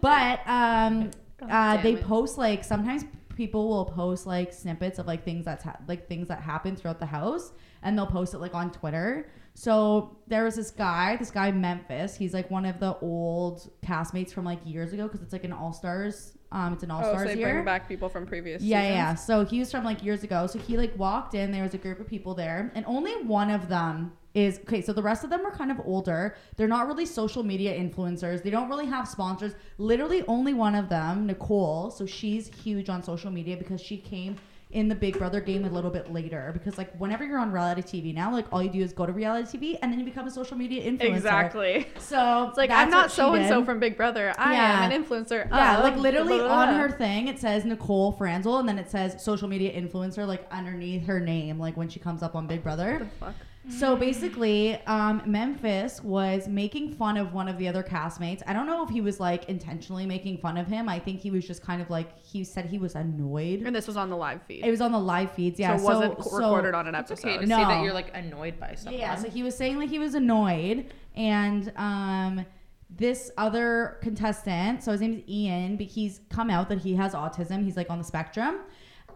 [SPEAKER 3] but um,
[SPEAKER 2] God
[SPEAKER 3] uh,
[SPEAKER 2] Oh, damn
[SPEAKER 3] they
[SPEAKER 2] it.
[SPEAKER 3] post like sometimes people will post like snippets of like things that's ha- like things that happen throughout the house, and they'll post it like on Twitter. So there was this guy, this guy Memphis. He's like one of the old castmates from like years ago because it's like an All Stars. Um, it's an All
[SPEAKER 2] oh so
[SPEAKER 3] Stars
[SPEAKER 2] they
[SPEAKER 3] year.
[SPEAKER 2] bring back people from previous
[SPEAKER 3] Yeah,
[SPEAKER 2] seasons?
[SPEAKER 3] yeah. So he was from like years ago. So he like walked in. There was a group of people there, and only one of them is okay. So the rest of them are kind of older. They're not really social media influencers. They don't really have sponsors. Literally, only one of them, Nicole. So she's huge on social media because she came in the Big Brother game a little bit later because like whenever you're on reality TV now, like all you do is go to reality TV and then you become a social media influencer.
[SPEAKER 2] Exactly.
[SPEAKER 3] So
[SPEAKER 2] It's like
[SPEAKER 3] that's
[SPEAKER 2] I'm
[SPEAKER 3] what
[SPEAKER 2] not
[SPEAKER 3] she
[SPEAKER 2] so and so
[SPEAKER 3] did.
[SPEAKER 2] from Big Brother. I
[SPEAKER 3] Yeah.
[SPEAKER 2] am an influencer.
[SPEAKER 3] Yeah,
[SPEAKER 2] of
[SPEAKER 3] like literally
[SPEAKER 2] Um, blah, blah,
[SPEAKER 3] on
[SPEAKER 2] blah."
[SPEAKER 3] her thing, it says Nicole Franzel, and then it says social media influencer, like underneath her name, like when she comes up on Big
[SPEAKER 2] What the
[SPEAKER 3] Brother.
[SPEAKER 2] fuck?
[SPEAKER 3] So
[SPEAKER 2] Mm.
[SPEAKER 3] basically, um, Memphis was making fun of one of the other castmates. I don't know if he was like intentionally making fun of him. I think he was just kind of like, he said he was annoyed.
[SPEAKER 2] And this was on the live feed.
[SPEAKER 3] It was on the live feeds, yeah.
[SPEAKER 2] so it wasn't
[SPEAKER 3] so-
[SPEAKER 2] co- recorded on an
[SPEAKER 1] It's
[SPEAKER 2] episode.
[SPEAKER 1] okay to say
[SPEAKER 3] No.
[SPEAKER 1] that you're like annoyed by someone.
[SPEAKER 3] Yeah, so he was saying like he was annoyed, and um, this other contestant, so his name is Ian, but he's come out that he has autism. He's like on the spectrum,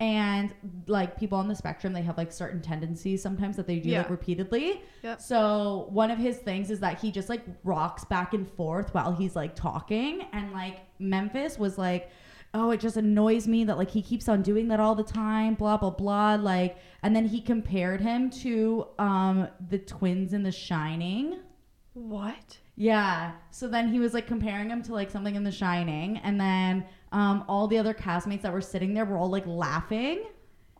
[SPEAKER 3] and like people on the spectrum, they have like certain tendencies sometimes that they do like
[SPEAKER 2] Yeah.
[SPEAKER 3] repeatedly.
[SPEAKER 2] Yep.
[SPEAKER 3] So one of his things is that he just like rocks back and forth while he's like talking, and like Memphis was like. Oh, it just annoys me that like he keeps on doing that all the time, blah blah blah. Like, and then he compared him to um the twins in The Shining.
[SPEAKER 2] What?
[SPEAKER 3] Yeah. So then he was like comparing him to like something in The Shining, and then um all the other castmates that were sitting there were all like laughing,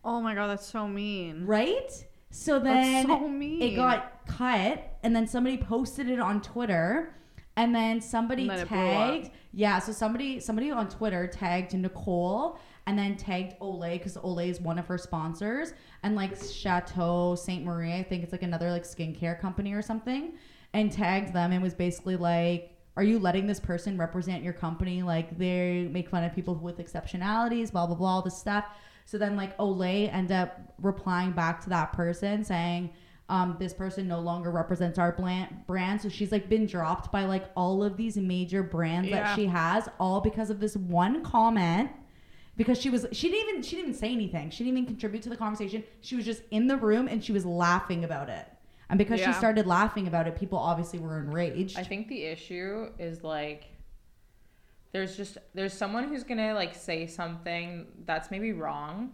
[SPEAKER 2] Oh my god, that's so mean.
[SPEAKER 3] right? So
[SPEAKER 2] That's
[SPEAKER 3] then
[SPEAKER 2] so mean.
[SPEAKER 3] it got cut and then somebody posted it on twitter and then somebody
[SPEAKER 2] And then it blew up.
[SPEAKER 3] tagged yeah so somebody somebody on twitter tagged nicole and then tagged Olay because Olay is one of her sponsors and like Chateau Saint Marie I think it's like another like skincare company or something and tagged them and was basically like are you letting this person represent your company like they make fun of people with exceptionalities blah blah blah all this stuff so then like Olay end up replying back to that person saying um, this person no longer represents our blan- brand. So she's like been dropped by like all of these major brands
[SPEAKER 2] Yeah.
[SPEAKER 3] that she has, all because of this one comment. Because she was, she didn't even, she didn't even say anything. She didn't even contribute to the conversation. She was just in the room and she was laughing about it. And because
[SPEAKER 2] Yeah.
[SPEAKER 3] she started laughing about it, people obviously were enraged.
[SPEAKER 1] I think the issue is like there's just there's someone who's gonna like say something that's maybe wrong,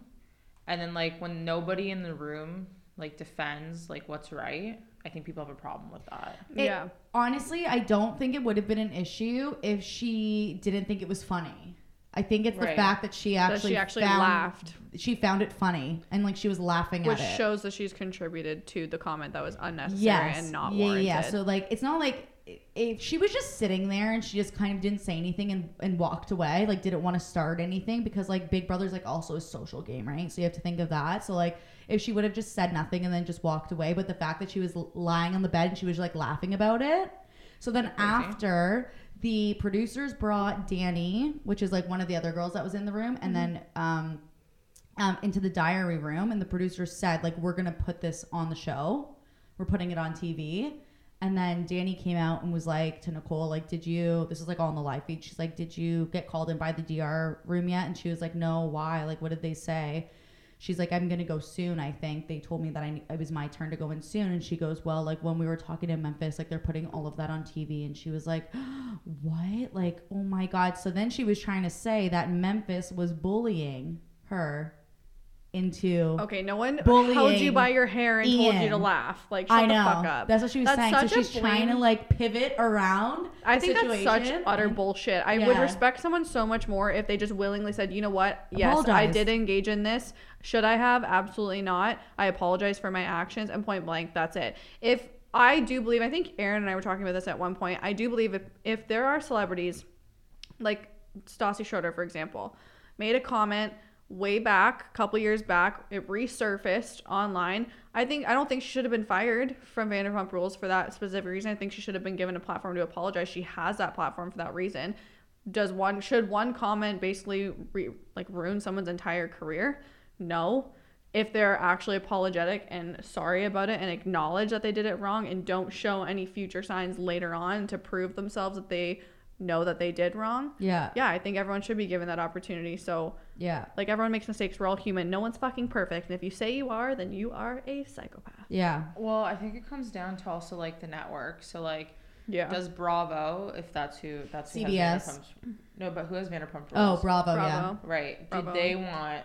[SPEAKER 1] and then like when nobody in the room like defends like what's right, I think people have a problem with that.
[SPEAKER 3] It-
[SPEAKER 2] yeah.
[SPEAKER 3] honestly, I don't think it would have been an issue if she didn't think it was funny. I think it's the
[SPEAKER 1] Right.
[SPEAKER 3] fact that she actually
[SPEAKER 2] that she actually
[SPEAKER 3] found-
[SPEAKER 2] laughed,
[SPEAKER 3] She found it funny and like she was laughing
[SPEAKER 2] which
[SPEAKER 3] at it.
[SPEAKER 2] shows that she's contributed to the comment that was unnecessary
[SPEAKER 3] yes.
[SPEAKER 2] and not
[SPEAKER 3] yeah,
[SPEAKER 2] warranted.
[SPEAKER 3] yeah. So like, it's not like if she was just sitting there and she just kind of didn't say anything and, and walked away, like didn't want to start anything because like Big Brother's like also a social game, right? So you have to think of that. So like, if she would have just said nothing and then just walked away, but the fact that she was l- lying on the bed and she was like laughing about it. So then after the producers brought Danny, which is like one of the other girls that was in the room, and then um, um, into the diary room, and the producer said, like, we're gonna put this on the show, we're putting it on TV. And then Danny came out and was like to Nicole, like, did you? This is like all on the live feed. She's like, did you get called in by the DR room yet? And she was like, no. Why? Like, what did they say? She's like, I'm gonna go soon. I think they told me that I it was my turn to go in soon. And she goes, well, like when we were talking in Memphis, like they're putting all of that on TV. And she was like, what? Like, oh my god. So then she was trying to say that Memphis was bullying her into.
[SPEAKER 2] Okay, no one held you
[SPEAKER 3] Bullying
[SPEAKER 2] by your hair and told you to
[SPEAKER 3] Ian.
[SPEAKER 2] laugh. Like, shut
[SPEAKER 3] I
[SPEAKER 2] the
[SPEAKER 3] know.
[SPEAKER 2] fuck up.
[SPEAKER 3] That's what she was
[SPEAKER 2] That's
[SPEAKER 3] saying. So
[SPEAKER 2] such a
[SPEAKER 3] she's trying to
[SPEAKER 2] blatant-
[SPEAKER 3] like pivot around.
[SPEAKER 2] I
[SPEAKER 3] the
[SPEAKER 2] think that's such
[SPEAKER 3] situation.
[SPEAKER 2] utter
[SPEAKER 3] And-
[SPEAKER 2] bullshit. I would
[SPEAKER 3] Yeah.
[SPEAKER 2] respect someone so much more if they just willingly said, you know what? Yes, I
[SPEAKER 3] Apologize.
[SPEAKER 2] did engage in this. Should I have? Absolutely not. I apologize for my actions and point blank, that's it. If I do believe, I think Aaron and I were talking about this at one point. I do believe if, if there are celebrities like Stassi Schroeder, for example, made a comment way back, a couple years back. It resurfaced online. I think I don't think she should have been fired from Vanderpump Rules for that specific reason. I think she should have been given a platform to apologize. She has that platform for that reason. Does one should one comment basically re, like ruin someone's entire career? No. If they're actually apologetic and sorry about it and acknowledge that they did it wrong and don't show any future signs later on to prove themselves that they know that they did wrong,
[SPEAKER 3] Yeah.
[SPEAKER 2] yeah, I think everyone should be given that opportunity. So,
[SPEAKER 3] Yeah.
[SPEAKER 2] like, everyone makes mistakes. We're all human. No one's fucking perfect. And if you say you are, then you are a psychopath.
[SPEAKER 3] Yeah.
[SPEAKER 1] Well, I think it comes down to also like the network. So like
[SPEAKER 2] Yeah.
[SPEAKER 1] does Bravo, if that's who that's who has
[SPEAKER 3] CBS.
[SPEAKER 1] Vanderpump- no, but who has Vanderpump Rules?
[SPEAKER 3] Oh, Bravo. Yeah.
[SPEAKER 2] Bravo.
[SPEAKER 1] Right.
[SPEAKER 2] Bravo.
[SPEAKER 1] Did they want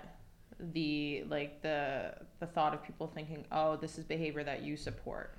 [SPEAKER 1] the like the the thought of people thinking, "Oh, this is behavior that you support."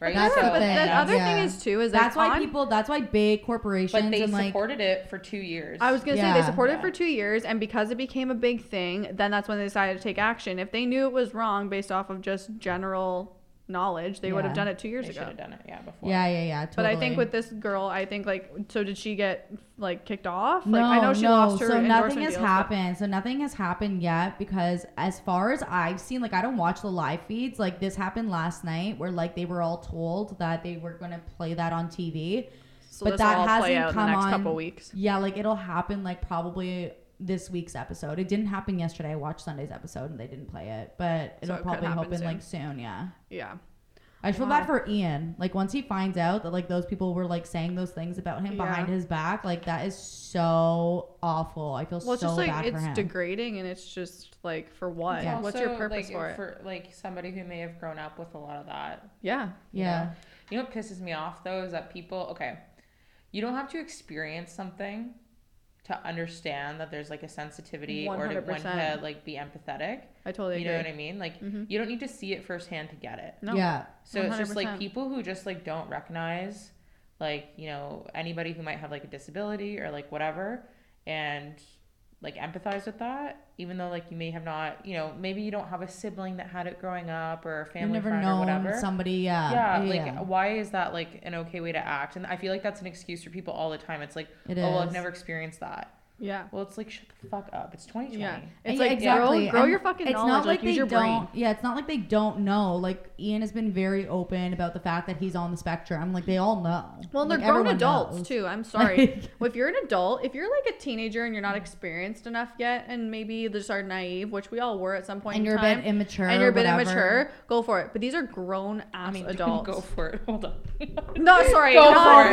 [SPEAKER 1] right?
[SPEAKER 3] That's
[SPEAKER 1] so,
[SPEAKER 3] the
[SPEAKER 2] but
[SPEAKER 3] thing,
[SPEAKER 2] the other
[SPEAKER 3] yeah.
[SPEAKER 2] thing is too is
[SPEAKER 3] That's
[SPEAKER 2] like
[SPEAKER 3] why
[SPEAKER 2] on-
[SPEAKER 3] people. That's why big corporations
[SPEAKER 1] but they
[SPEAKER 3] and like
[SPEAKER 1] supported it for two years.
[SPEAKER 2] I was gonna say
[SPEAKER 3] Yeah.
[SPEAKER 2] they supported
[SPEAKER 1] Yeah.
[SPEAKER 2] it for two years, and because it became a big thing, then that's when they decided to take action. If they knew it was wrong based off of just general knowledge, they would
[SPEAKER 3] Yeah.
[SPEAKER 2] have done it two
[SPEAKER 1] they
[SPEAKER 2] years
[SPEAKER 1] should
[SPEAKER 2] ago.
[SPEAKER 1] have done it, yeah, before.
[SPEAKER 3] yeah, yeah, yeah. Totally.
[SPEAKER 2] But I think with this girl, I think like so did she get like kicked off?
[SPEAKER 3] no,
[SPEAKER 2] like I know she
[SPEAKER 3] no.
[SPEAKER 2] lost her
[SPEAKER 3] so nothing
[SPEAKER 2] endorsement
[SPEAKER 3] has
[SPEAKER 2] deals, but-
[SPEAKER 3] happened. So nothing has happened yet because as far as I've seen, like I don't watch the live feeds. Like this happened last night, where like they were all told that they were gonna play that on TV.
[SPEAKER 2] So
[SPEAKER 3] but
[SPEAKER 2] this'll
[SPEAKER 3] that
[SPEAKER 2] all play
[SPEAKER 3] hasn't
[SPEAKER 2] out in the
[SPEAKER 3] come
[SPEAKER 2] next
[SPEAKER 3] on-
[SPEAKER 2] couple weeks.
[SPEAKER 3] Yeah, like it'll happen like probably this week's episode. It didn't happen yesterday. I watched Sunday's episode and they didn't play it, but
[SPEAKER 2] So
[SPEAKER 3] it'll
[SPEAKER 2] it could
[SPEAKER 3] probably
[SPEAKER 2] happen
[SPEAKER 3] happen
[SPEAKER 2] soon.
[SPEAKER 3] like soon. Yeah.
[SPEAKER 2] Yeah.
[SPEAKER 3] I feel
[SPEAKER 2] Wow.
[SPEAKER 3] bad for Ian. Like once he finds out that like those people were like saying those things about him
[SPEAKER 2] Yeah.
[SPEAKER 3] behind his back, like that is so awful. I feel
[SPEAKER 2] Well, it's
[SPEAKER 3] so
[SPEAKER 2] just like
[SPEAKER 3] bad for
[SPEAKER 2] it's
[SPEAKER 3] him.
[SPEAKER 2] degrading, and it's just like for what?
[SPEAKER 1] It's
[SPEAKER 3] Yeah.
[SPEAKER 2] What's your
[SPEAKER 1] also,
[SPEAKER 2] purpose
[SPEAKER 1] like,
[SPEAKER 2] for it?
[SPEAKER 1] like somebody who may have grown up with a lot of that.
[SPEAKER 2] yeah.
[SPEAKER 1] you
[SPEAKER 3] yeah.
[SPEAKER 1] know? You know what pisses me off though is that people okay, you don't have to experience something to understand that there's like a sensitivity or to when
[SPEAKER 2] 100%.
[SPEAKER 1] to like be empathetic.
[SPEAKER 2] I totally
[SPEAKER 1] You
[SPEAKER 2] agree. Mm-hmm.
[SPEAKER 1] know what I mean? Like you don't need to see it firsthand to get it.
[SPEAKER 2] No.
[SPEAKER 3] Yeah.
[SPEAKER 1] So it's just like
[SPEAKER 2] 100%.
[SPEAKER 1] people who just like don't recognize like, you know, anybody who might have like a disability or like whatever and like empathize with that, even though like you may have not, you know, maybe you don't have a sibling that had it growing up or a
[SPEAKER 3] You've
[SPEAKER 1] family
[SPEAKER 3] never
[SPEAKER 1] friend or
[SPEAKER 3] known
[SPEAKER 1] whatever.
[SPEAKER 3] somebody. Yeah.
[SPEAKER 1] yeah, like
[SPEAKER 2] oh,
[SPEAKER 3] yeah.
[SPEAKER 1] why is that like an okay way to act? And I feel like that's an excuse for people all the time. It's like,
[SPEAKER 3] It
[SPEAKER 1] oh, well, I've
[SPEAKER 3] is.
[SPEAKER 1] never experienced that.
[SPEAKER 2] Yeah.
[SPEAKER 1] Well, it's like shut the fuck up. It's 2020.
[SPEAKER 2] Yeah.
[SPEAKER 3] And
[SPEAKER 2] It's
[SPEAKER 3] yeah,
[SPEAKER 2] like
[SPEAKER 3] exactly.
[SPEAKER 2] grow, grow
[SPEAKER 3] And
[SPEAKER 2] your fucking
[SPEAKER 3] it's
[SPEAKER 2] knowledge.
[SPEAKER 3] Not
[SPEAKER 2] like,
[SPEAKER 3] like,
[SPEAKER 2] use
[SPEAKER 3] they
[SPEAKER 2] your brain.
[SPEAKER 3] don't. Yeah, it's not like they don't know. Like Ian has been very open about the fact that he's on the spectrum. Like they all know.
[SPEAKER 2] Well, they're
[SPEAKER 3] Like,
[SPEAKER 2] grown
[SPEAKER 3] everyone
[SPEAKER 2] adults
[SPEAKER 3] knows.
[SPEAKER 2] too. I'm sorry.
[SPEAKER 3] Like-
[SPEAKER 2] well, if you're an adult, if you're like a teenager and you're not experienced enough yet, and maybe just are naive, which we all were at some point,
[SPEAKER 3] And
[SPEAKER 2] in
[SPEAKER 3] you're a
[SPEAKER 2] time,
[SPEAKER 3] bit immature.
[SPEAKER 2] and you're a bit
[SPEAKER 3] whatever.
[SPEAKER 2] immature, go for it. But these are grown ass
[SPEAKER 1] I mean,
[SPEAKER 2] adults.
[SPEAKER 1] go for it. Hold on.
[SPEAKER 2] no, sorry,
[SPEAKER 1] Go
[SPEAKER 2] no,
[SPEAKER 1] for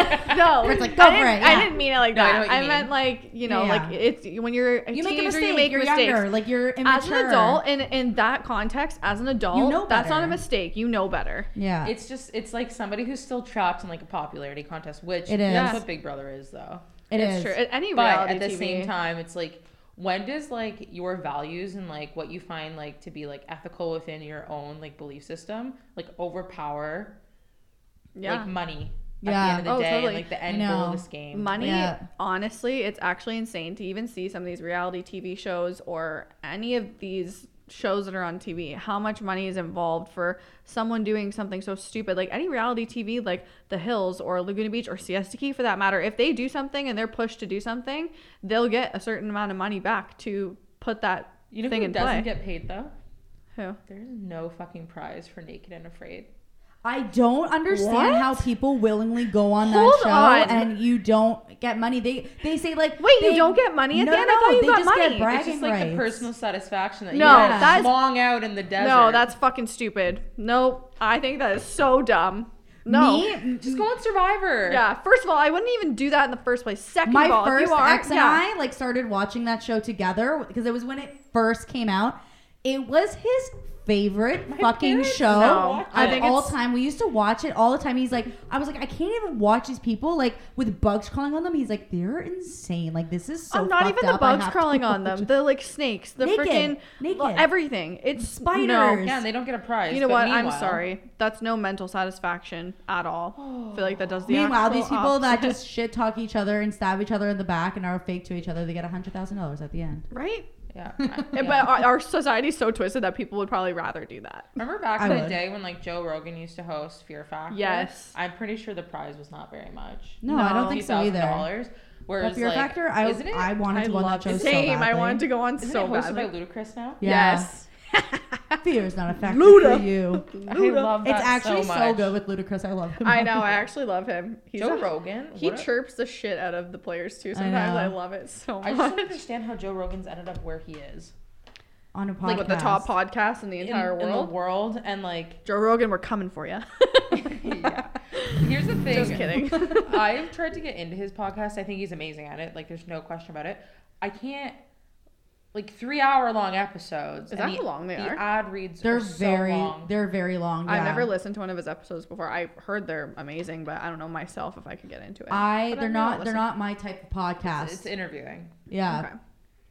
[SPEAKER 2] it. no,
[SPEAKER 3] Where it's like, go
[SPEAKER 2] I
[SPEAKER 3] for
[SPEAKER 2] didn't,
[SPEAKER 3] it,
[SPEAKER 2] I
[SPEAKER 3] yeah.
[SPEAKER 2] didn't mean it like
[SPEAKER 1] No, I
[SPEAKER 2] that.
[SPEAKER 1] know what you
[SPEAKER 2] I, meant like you know,
[SPEAKER 3] Yeah,
[SPEAKER 2] like
[SPEAKER 3] yeah.
[SPEAKER 2] it's when you're a
[SPEAKER 3] You make a
[SPEAKER 2] teenager,
[SPEAKER 3] mistake.
[SPEAKER 2] you make
[SPEAKER 3] you're
[SPEAKER 2] mistakes.
[SPEAKER 3] younger. Like you're immature.
[SPEAKER 2] As an adult, in in that context, as an adult,
[SPEAKER 3] know
[SPEAKER 2] that's not a
[SPEAKER 3] better.
[SPEAKER 2] mistake. You know better.
[SPEAKER 3] Yeah.
[SPEAKER 1] It's just it's like somebody who's still trapped in like a popularity contest, which
[SPEAKER 3] It
[SPEAKER 1] that's
[SPEAKER 2] is.
[SPEAKER 1] what Big Brother is though.
[SPEAKER 3] it
[SPEAKER 2] it's
[SPEAKER 3] is.
[SPEAKER 2] true. At Any
[SPEAKER 1] But
[SPEAKER 2] reality
[SPEAKER 1] at the
[SPEAKER 2] TV.
[SPEAKER 1] same time, it's like when does like your values and like what you find like to be like ethical within your own like belief system like overpower
[SPEAKER 2] yeah.
[SPEAKER 1] like money at
[SPEAKER 3] Yeah.
[SPEAKER 1] the end of the
[SPEAKER 2] Oh,
[SPEAKER 1] day
[SPEAKER 2] totally.
[SPEAKER 1] and like the
[SPEAKER 3] I
[SPEAKER 1] end goal
[SPEAKER 3] know.
[SPEAKER 1] of this game.
[SPEAKER 2] Money,
[SPEAKER 3] Yeah.
[SPEAKER 2] honestly, it's actually insane to even see some of these reality TV shows or any of these shows that are on TV. How much money is involved for someone doing something so stupid? Like any reality TV, like The Hills or Laguna Beach or Siesta Key for that matter, if they do something and they're pushed to do something, they'll get a certain amount of money back to put that
[SPEAKER 1] you know
[SPEAKER 2] thing
[SPEAKER 1] who
[SPEAKER 2] in
[SPEAKER 1] doesn't
[SPEAKER 2] play.
[SPEAKER 1] get paid though?
[SPEAKER 2] Who?
[SPEAKER 1] There's no fucking prize for Naked and Afraid.
[SPEAKER 3] I don't understand how people willingly go on that
[SPEAKER 2] Hold
[SPEAKER 3] show
[SPEAKER 2] on.
[SPEAKER 3] and you don't get money. They they say like
[SPEAKER 2] Wait, you
[SPEAKER 3] they-
[SPEAKER 2] don't get money at
[SPEAKER 3] no,
[SPEAKER 2] the end? I
[SPEAKER 3] No,
[SPEAKER 2] thought you
[SPEAKER 3] they
[SPEAKER 2] got
[SPEAKER 3] just
[SPEAKER 2] money.
[SPEAKER 3] get
[SPEAKER 2] It's
[SPEAKER 3] bragging
[SPEAKER 1] It's just like
[SPEAKER 3] rights.
[SPEAKER 1] the personal satisfaction that
[SPEAKER 2] No,
[SPEAKER 1] you get
[SPEAKER 2] that is-
[SPEAKER 1] long out in the desert.
[SPEAKER 2] No, that's fucking stupid. Nope. I think that is so dumb. No.
[SPEAKER 3] Me,
[SPEAKER 1] just go on Survivor.
[SPEAKER 2] Yeah. First of all, I wouldn't even do that in the first place. Second
[SPEAKER 3] my
[SPEAKER 2] of all, if
[SPEAKER 3] first
[SPEAKER 2] you are,
[SPEAKER 3] ex and
[SPEAKER 2] yeah.
[SPEAKER 3] I like started watching that show together because it was when it first came out. It was his favorite fucking
[SPEAKER 1] parents
[SPEAKER 3] show
[SPEAKER 2] don't
[SPEAKER 3] of
[SPEAKER 2] watch it. I think
[SPEAKER 3] all
[SPEAKER 2] it's-
[SPEAKER 3] time. We used to watch it all the time. He's like, I was like, I can't even watch these people like with bugs crawling on them. He's like, they're insane. Like this is so.
[SPEAKER 2] I'm not
[SPEAKER 3] fucked
[SPEAKER 2] even the
[SPEAKER 3] up. I
[SPEAKER 2] bugs
[SPEAKER 3] have to
[SPEAKER 2] crawling on
[SPEAKER 3] watch
[SPEAKER 2] them.
[SPEAKER 3] it."
[SPEAKER 2] The like snakes, the
[SPEAKER 3] Naked.
[SPEAKER 2] freaking
[SPEAKER 3] Naked.
[SPEAKER 2] well, everything. It's
[SPEAKER 3] Spiders.
[SPEAKER 2] No.
[SPEAKER 1] Yeah, and they don't get a prize.
[SPEAKER 2] You know
[SPEAKER 1] but
[SPEAKER 2] what? I'm
[SPEAKER 1] meanwhile-
[SPEAKER 2] sorry. That's no mental satisfaction at all. I feel like that does the
[SPEAKER 3] Meanwhile,
[SPEAKER 2] actual
[SPEAKER 3] these people that
[SPEAKER 2] opposite.
[SPEAKER 3] just shit talk each other and stab each other in the back and are fake to each other, they get hundred thousand dollars at the end.
[SPEAKER 2] right.
[SPEAKER 1] Yeah.
[SPEAKER 2] Yeah,
[SPEAKER 1] yeah.
[SPEAKER 2] But our, our society's so twisted that people would probably rather do that.
[SPEAKER 1] Remember back
[SPEAKER 3] I
[SPEAKER 1] in the
[SPEAKER 3] would.
[SPEAKER 1] day when like Joe Rogan used to host Fear Factor?
[SPEAKER 2] Yes.
[SPEAKER 1] I'm pretty sure the prize was not very much.
[SPEAKER 3] No, I
[SPEAKER 2] No.
[SPEAKER 3] don't think so either.
[SPEAKER 1] $2,000.
[SPEAKER 3] But
[SPEAKER 1] Whereas
[SPEAKER 3] Fear
[SPEAKER 1] like,
[SPEAKER 3] Factor, I
[SPEAKER 1] isn't it,
[SPEAKER 3] I wanted
[SPEAKER 2] I
[SPEAKER 3] to go on
[SPEAKER 2] love
[SPEAKER 3] that show
[SPEAKER 2] it.
[SPEAKER 3] so
[SPEAKER 2] Same. I
[SPEAKER 3] badly.
[SPEAKER 2] waned to go on
[SPEAKER 1] isn't
[SPEAKER 2] so
[SPEAKER 1] it hosted by
[SPEAKER 2] badly.
[SPEAKER 1] Ludacris now?
[SPEAKER 3] Yeah.
[SPEAKER 2] Yes.
[SPEAKER 3] Fear is not a factor
[SPEAKER 2] Luda.
[SPEAKER 3] for you.
[SPEAKER 1] I love that
[SPEAKER 3] It's actually so,
[SPEAKER 1] much.
[SPEAKER 3] good with Ludacris. I love him.
[SPEAKER 2] I know. I actually love him. He's
[SPEAKER 1] Joe
[SPEAKER 2] a-
[SPEAKER 1] Rogan.
[SPEAKER 2] He
[SPEAKER 1] what a-
[SPEAKER 2] chirps the shit out of the players too. Sometimes
[SPEAKER 3] know.
[SPEAKER 2] I, love it so much.
[SPEAKER 1] I just don't understand how Joe Rogan's ended up where he is.
[SPEAKER 3] on a podcast.
[SPEAKER 2] like with the top podcast in the entire
[SPEAKER 1] in,
[SPEAKER 2] world.
[SPEAKER 1] In the world and like
[SPEAKER 2] Joe Rogan, we're coming for you.
[SPEAKER 1] yeah. Here's the thing.
[SPEAKER 2] Just kidding.
[SPEAKER 1] I've tried to get into his podcast. I think he's amazing at it. Like, there's no question about it. I can't. Like three hour long episodes.
[SPEAKER 2] Is
[SPEAKER 1] and
[SPEAKER 2] that how long they
[SPEAKER 1] the
[SPEAKER 2] are?
[SPEAKER 1] ad reads
[SPEAKER 3] They're
[SPEAKER 1] are so
[SPEAKER 3] very.
[SPEAKER 1] long.
[SPEAKER 3] They're very long. Yeah.
[SPEAKER 2] I've never listened to one of his episodes before. I've heard they're ameying but I don't know myself if I could get into it.
[SPEAKER 3] I.
[SPEAKER 2] But
[SPEAKER 3] They're
[SPEAKER 2] maybe I'll
[SPEAKER 3] not. They're
[SPEAKER 2] listen.
[SPEAKER 3] not my type of podcast.
[SPEAKER 1] It's interviewing.
[SPEAKER 3] yeah.
[SPEAKER 2] Okay.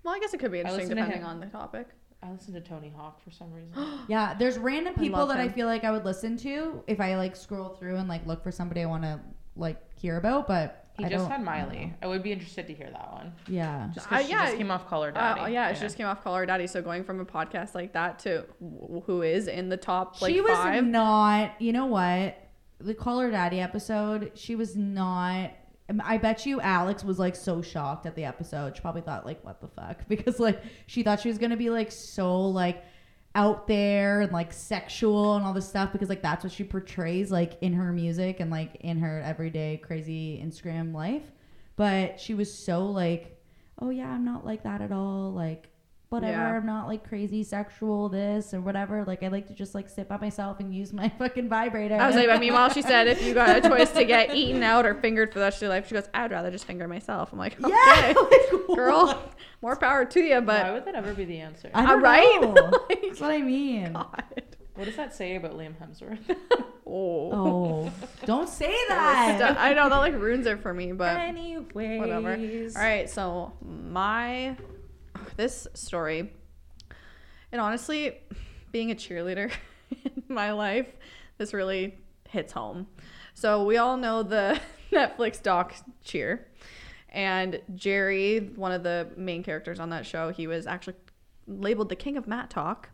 [SPEAKER 2] Well, I guess it could be interesting
[SPEAKER 1] listen to
[SPEAKER 2] depending
[SPEAKER 1] him.
[SPEAKER 2] on the topic.
[SPEAKER 1] I listen to Tony Hawk for some reason.
[SPEAKER 3] Yeah, there's random
[SPEAKER 2] I
[SPEAKER 3] people
[SPEAKER 2] love
[SPEAKER 3] that I
[SPEAKER 2] him.
[SPEAKER 3] feel like I would listen to if I like scroll through and like look for somebody I want to like hear about, but
[SPEAKER 1] He
[SPEAKER 3] I
[SPEAKER 1] just
[SPEAKER 3] don't-
[SPEAKER 1] had
[SPEAKER 3] I don't
[SPEAKER 1] Miley. I would be interested to hear that one.
[SPEAKER 3] know. Yeah.
[SPEAKER 1] Just
[SPEAKER 2] Uh,
[SPEAKER 1] because she
[SPEAKER 2] yeah.
[SPEAKER 1] just came off Call Her
[SPEAKER 2] Uh,
[SPEAKER 1] Daddy.
[SPEAKER 2] yeah, it just came off Call Her Daddy. So going from a podcast like that to wh- who is in the top like
[SPEAKER 3] she was
[SPEAKER 2] five.
[SPEAKER 3] not. You know what? The Call Her Daddy episode. She was not. um, I bet you Alex was like so shocked at the episode. She probably thought like, "What the fuck?" Because like she thought she was gonna be like so like out there and like sexual and all this stuff because like that's what she portrays like in her music and like in her everyday crazy Instagram life. But she was so like, "Oh yeah, I'm not like that at all." Like whatever.
[SPEAKER 2] Yeah.
[SPEAKER 3] I'm not like crazy sexual this or whatever. Like I like to just like sit by myself and use my fucking vibrator.
[SPEAKER 2] I was like, but meanwhile, she said if you got a choice to get eaten out or fingered for the rest of your life, she goes, I'd rather just finger myself. I'm like, okay,
[SPEAKER 3] yeah, like,
[SPEAKER 2] girl,
[SPEAKER 3] what?
[SPEAKER 2] more power to you,
[SPEAKER 1] Why
[SPEAKER 2] but
[SPEAKER 1] would that ever be the answer?
[SPEAKER 3] I
[SPEAKER 2] Uh,
[SPEAKER 3] don't
[SPEAKER 2] right?
[SPEAKER 3] know.
[SPEAKER 2] Like-
[SPEAKER 3] That's what I mean.
[SPEAKER 2] God.
[SPEAKER 1] what does that say about Liam Hemsworth?
[SPEAKER 2] Oh,
[SPEAKER 3] Oh, don't say
[SPEAKER 2] It's
[SPEAKER 3] that.
[SPEAKER 2] stu- I know that like ruins it for me, but
[SPEAKER 1] Anyways.
[SPEAKER 2] whatever. All right, so my this story, and honestly, being a cheerleader in my life, this really hits home. So we all know the Netflix doc Cheer, and Jerry, one of the main characters on that show, he was actually labeled the king of mat talk.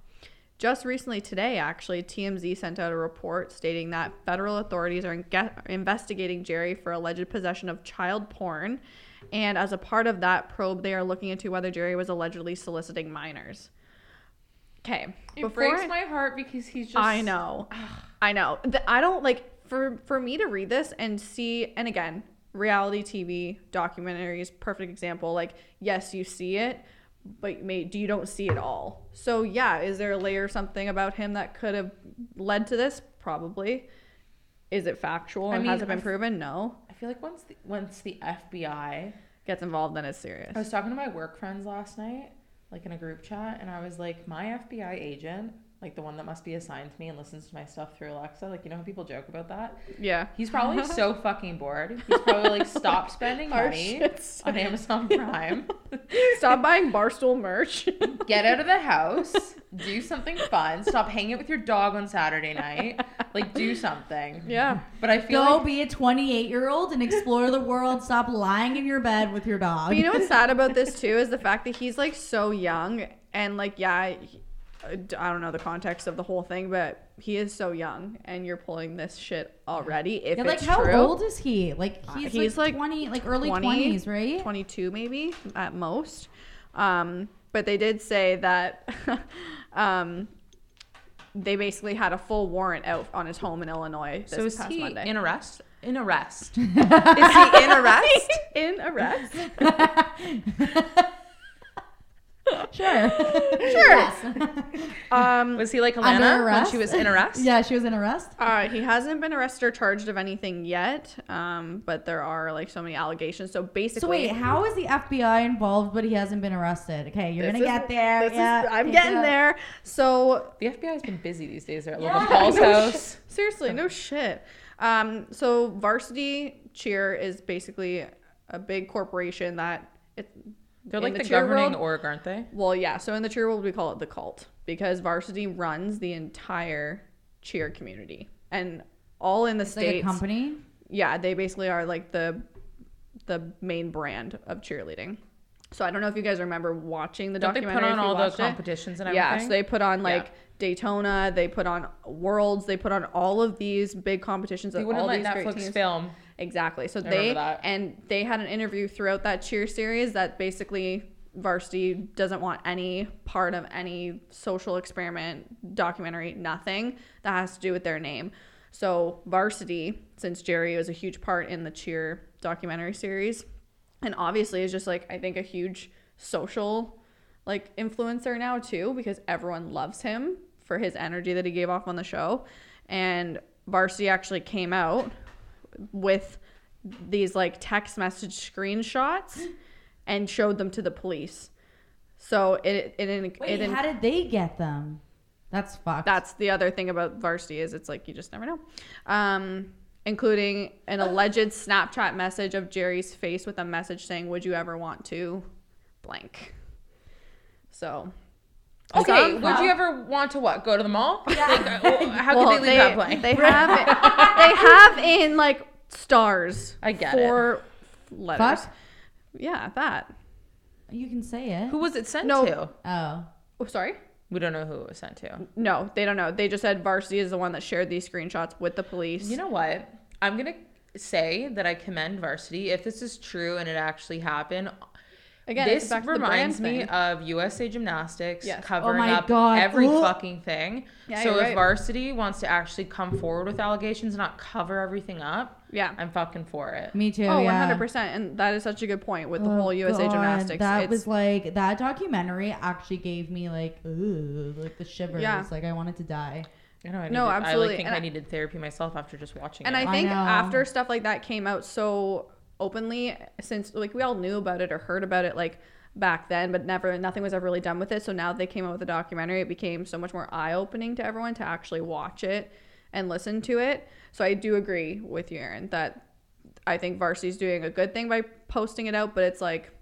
[SPEAKER 2] Just recently today, actually, TMZ sent out a report stating that federal authorities are inge- investigating Jerry for alleged possession of child porn. And as a part of that probe, they are looking into whether Jerry was allegedly soliciting minors. Okay.
[SPEAKER 1] It breaks my heart because he's just.
[SPEAKER 2] I know. I know. The, I don't like for for me to read this and see and again, reality TV documentaries perfect example. Like yes, you see it, but may, do you don't see it all. So yeah, is there a layer something about him that could have led to this? Probably. Is it factual
[SPEAKER 1] I
[SPEAKER 2] and
[SPEAKER 1] mean,
[SPEAKER 2] has it been
[SPEAKER 1] I've-
[SPEAKER 2] proven? No.
[SPEAKER 1] I feel like once the, once the FBI
[SPEAKER 2] Gets involved, then it's serious.
[SPEAKER 1] I was talking to my work friends last night, like in a group chat, and I was like, my FBI agent, like the one that must be assigned to me and listens to my stuff through Alexa, like you know how people joke about that?
[SPEAKER 2] yeah.
[SPEAKER 1] He's probably so fucking bored. He's probably like, stop spending
[SPEAKER 2] Our
[SPEAKER 1] money
[SPEAKER 2] shit's-
[SPEAKER 1] on Amazon Prime.
[SPEAKER 2] Stop buying barstool merch.
[SPEAKER 1] Get out of the house. Do something fun. Stop hanging out with your dog on Saturday night. Like do something.
[SPEAKER 2] yeah.
[SPEAKER 1] But I feel
[SPEAKER 3] Go
[SPEAKER 1] like
[SPEAKER 3] be a 28 year old and explore the world. Stop lying in your bed with your dog.
[SPEAKER 2] But you know what's sad about this too is the fact that he's like so young and like yeah, he- uh, I don't know the context of the whole thing, but he is so young and you're pulling this shit already. If
[SPEAKER 3] Yeah, like
[SPEAKER 2] it's
[SPEAKER 3] how
[SPEAKER 2] true,
[SPEAKER 3] old is he? Like
[SPEAKER 2] Uh,
[SPEAKER 3] he's,
[SPEAKER 2] he's,
[SPEAKER 3] like,
[SPEAKER 2] like,
[SPEAKER 3] 20, like early
[SPEAKER 2] 20,
[SPEAKER 3] 20s, right?
[SPEAKER 2] 22 maybe at most. Um, but they did say that um, they basically had a full warrant out on his home in Illinois this
[SPEAKER 1] so is
[SPEAKER 2] past
[SPEAKER 1] he
[SPEAKER 2] Monday.
[SPEAKER 1] in arrest? In arrest. is he in arrest?
[SPEAKER 2] in arrest?
[SPEAKER 3] Sure. sure.
[SPEAKER 2] Um,
[SPEAKER 1] Was he like
[SPEAKER 3] Under
[SPEAKER 1] Alana when
[SPEAKER 3] arrest?
[SPEAKER 1] she was in arrest?
[SPEAKER 3] Yeah, she was in arrest.
[SPEAKER 2] Uh, he hasn't been arrested or charged of anything yet, um, but there are like so many allegations. So basically,
[SPEAKER 3] So wait, how is the FBI involved but he hasn't been arrested? Okay, you're
[SPEAKER 2] This
[SPEAKER 3] gonna
[SPEAKER 2] is-
[SPEAKER 3] get there.
[SPEAKER 2] this is-
[SPEAKER 3] yeah,
[SPEAKER 2] I'm
[SPEAKER 3] take
[SPEAKER 2] getting
[SPEAKER 3] it up.
[SPEAKER 2] there. So
[SPEAKER 1] The FBI's been busy these days. They're at
[SPEAKER 3] Yeah.
[SPEAKER 1] Logan Paul's
[SPEAKER 3] No
[SPEAKER 1] house.
[SPEAKER 2] seriously, no shit. Um, so varsity cheer is basically a big corporation that it,
[SPEAKER 1] They're
[SPEAKER 2] in
[SPEAKER 1] like the,
[SPEAKER 2] cheer
[SPEAKER 1] governing
[SPEAKER 2] world-
[SPEAKER 1] org, aren't they?
[SPEAKER 2] Well, yeah. So in the cheer world, we call it the cult because varsity runs the entire cheer community and all in the
[SPEAKER 3] It's like a
[SPEAKER 2] states.
[SPEAKER 3] company.
[SPEAKER 2] yeah, they basically are like the the main brand of cheerleading. So I don't know if you guys remember watching the
[SPEAKER 1] Don't they put
[SPEAKER 2] documentary.
[SPEAKER 1] on
[SPEAKER 2] if you
[SPEAKER 1] all the
[SPEAKER 2] watched it.
[SPEAKER 1] competitions and
[SPEAKER 2] Yeah, so
[SPEAKER 1] everything?
[SPEAKER 2] they put on like
[SPEAKER 1] Yeah.
[SPEAKER 2] Daytona, they put on Worlds, they put on all of these big competitions.
[SPEAKER 1] They
[SPEAKER 2] of
[SPEAKER 1] wouldn't
[SPEAKER 2] all
[SPEAKER 1] let
[SPEAKER 2] these great
[SPEAKER 1] Netflix
[SPEAKER 2] teams.
[SPEAKER 1] film.
[SPEAKER 2] Exactly. So
[SPEAKER 1] remember
[SPEAKER 2] they
[SPEAKER 1] that.
[SPEAKER 2] and they had an interview throughout that cheer series that basically varsity doesn't want any part of any social experiment, documentary, nothing that has to do with their name. So varsity, since Jerry was a huge part in the cheer documentary series, and obviously is just like I think a huge social like influencer now too because everyone loves him for his energy that he gave off on the show and varsity actually came out with these like text message screenshots and showed them to the police so it it, it,
[SPEAKER 3] Wait,
[SPEAKER 2] it
[SPEAKER 3] how did they get them? That's fucked.
[SPEAKER 2] that's the other thing about varsity is it's like you just never know um including an alleged snapchat message of jerry's face with a message saying would you ever want to blank so
[SPEAKER 1] Okay, would
[SPEAKER 2] Somehow.
[SPEAKER 1] you ever want to what? Go to the mall?
[SPEAKER 3] Yeah.
[SPEAKER 1] Like, uh, how could
[SPEAKER 2] Well,
[SPEAKER 1] they leave that playing?
[SPEAKER 2] They have it. They have in like stars.
[SPEAKER 1] I get it.
[SPEAKER 2] four letters.
[SPEAKER 3] Fuck?
[SPEAKER 2] Yeah, that.
[SPEAKER 3] You can say it.
[SPEAKER 1] who was it sent
[SPEAKER 2] No.
[SPEAKER 1] to?
[SPEAKER 3] Oh.
[SPEAKER 2] Oh, sorry.
[SPEAKER 1] We don't know who it was sent to.
[SPEAKER 2] No, they don't know. They just said varsity is the one that shared these screenshots with the police.
[SPEAKER 1] You know what? I'm gonna say that I commend Varsity if this is true and it actually happened.
[SPEAKER 2] Again, it's
[SPEAKER 1] this
[SPEAKER 2] back to the
[SPEAKER 1] reminds
[SPEAKER 2] brand
[SPEAKER 1] me
[SPEAKER 2] thing.
[SPEAKER 1] of USA Gymnastics
[SPEAKER 2] Yes.
[SPEAKER 1] covering
[SPEAKER 3] my
[SPEAKER 1] up
[SPEAKER 3] God.
[SPEAKER 1] every
[SPEAKER 3] Ugh.
[SPEAKER 1] fucking thing.
[SPEAKER 2] Yeah,
[SPEAKER 1] so
[SPEAKER 2] you're
[SPEAKER 1] if
[SPEAKER 2] right.
[SPEAKER 1] Varsity wants to actually come forward with allegations, not cover everything up,
[SPEAKER 2] yeah.
[SPEAKER 1] I'm fucking for it.
[SPEAKER 3] Me too.
[SPEAKER 2] Oh,
[SPEAKER 3] yeah.
[SPEAKER 2] 100%. And that is such a good point with the
[SPEAKER 3] Oh,
[SPEAKER 2] whole USA
[SPEAKER 3] God,
[SPEAKER 2] gymnastics.
[SPEAKER 3] That
[SPEAKER 2] it's,
[SPEAKER 3] was like that documentary actually gave me like ooh, like the shivers.
[SPEAKER 2] Yeah.
[SPEAKER 3] Like I wanted to die.
[SPEAKER 1] I know. I
[SPEAKER 2] No,
[SPEAKER 1] needed- I
[SPEAKER 2] absolutely.
[SPEAKER 1] like, think
[SPEAKER 2] And
[SPEAKER 1] I
[SPEAKER 2] I-
[SPEAKER 1] needed therapy myself after just watching
[SPEAKER 2] and
[SPEAKER 1] it.
[SPEAKER 2] I
[SPEAKER 3] I
[SPEAKER 2] think
[SPEAKER 3] know.
[SPEAKER 2] after stuff like that came out so openly, since like we all knew about it or heard about it like back then, but never nothing was ever really done with it. So now they came out with a documentary. It became so much more eye opening to everyone to actually watch it and listen to it. So I do agree with you, Aaron, that I think Varsity's doing a good thing by posting it out, but it's like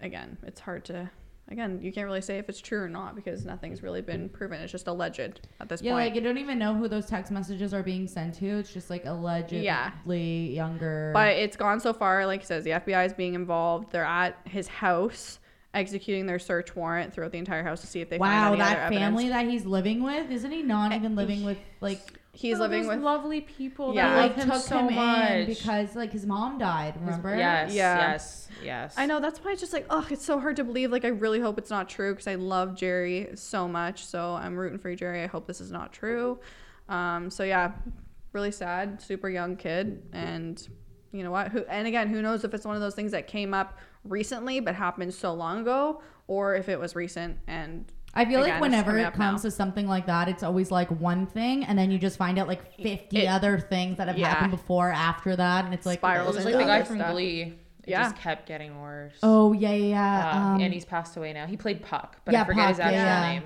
[SPEAKER 2] again, it's hard to. Again, you can't really say if it's true or not because nothing's really been proven. It's just alleged at this
[SPEAKER 3] Yeah,
[SPEAKER 2] point.
[SPEAKER 3] like I don't even know who those text messages are being sent to. It's just like allegedly younger.
[SPEAKER 2] But it's gone so far, like he says, the FBI is being involved. They're at his house executing their search warrant throughout the entire house to see if they
[SPEAKER 3] wow,
[SPEAKER 2] find any
[SPEAKER 3] that
[SPEAKER 2] other
[SPEAKER 3] family
[SPEAKER 2] evidence. Eh,
[SPEAKER 3] that he's living with isn't he not even living with like
[SPEAKER 2] He's
[SPEAKER 1] Oh,
[SPEAKER 2] living
[SPEAKER 1] those
[SPEAKER 2] with
[SPEAKER 1] lovely people.
[SPEAKER 2] Yeah.
[SPEAKER 1] Yeah,
[SPEAKER 3] they,
[SPEAKER 1] that
[SPEAKER 3] like
[SPEAKER 1] love him
[SPEAKER 3] took
[SPEAKER 1] so
[SPEAKER 3] him
[SPEAKER 1] much.
[SPEAKER 3] in because like his mom died. Remember?
[SPEAKER 1] Yes,
[SPEAKER 2] Yeah.
[SPEAKER 1] yes, yes.
[SPEAKER 2] I know that's why it's just like, oh, it's so hard to believe. Like I really hope it's not true because I love Jerry so much. So I'm rooting for you, Jerry. I hope this is not true. Um, so yeah, really sad. Super young kid, and you know what? Who and again, who knows if it's one of those things that came up recently but happened so long ago, or if it was recent and
[SPEAKER 3] I
[SPEAKER 2] Again,
[SPEAKER 3] feel like
[SPEAKER 2] it's
[SPEAKER 3] whenever
[SPEAKER 2] coming
[SPEAKER 3] it
[SPEAKER 2] up now.
[SPEAKER 3] comes to something like that, it's always like one thing, and then you just find out like fifty
[SPEAKER 2] It-
[SPEAKER 3] other things that have
[SPEAKER 2] yeah.
[SPEAKER 3] happened before after that, and it's like
[SPEAKER 1] It
[SPEAKER 2] Spirals
[SPEAKER 1] was
[SPEAKER 2] and
[SPEAKER 1] like the guy
[SPEAKER 2] other
[SPEAKER 1] from
[SPEAKER 2] stuff.
[SPEAKER 1] Glee. It
[SPEAKER 2] Yeah.
[SPEAKER 1] just kept getting worse.
[SPEAKER 3] Oh yeah, yeah, yeah.
[SPEAKER 1] Um,
[SPEAKER 3] um,
[SPEAKER 1] and he's passed away now. He played Puck, but I
[SPEAKER 3] yeah,
[SPEAKER 1] forget his
[SPEAKER 3] Puck,
[SPEAKER 1] actual
[SPEAKER 3] yeah.
[SPEAKER 1] name.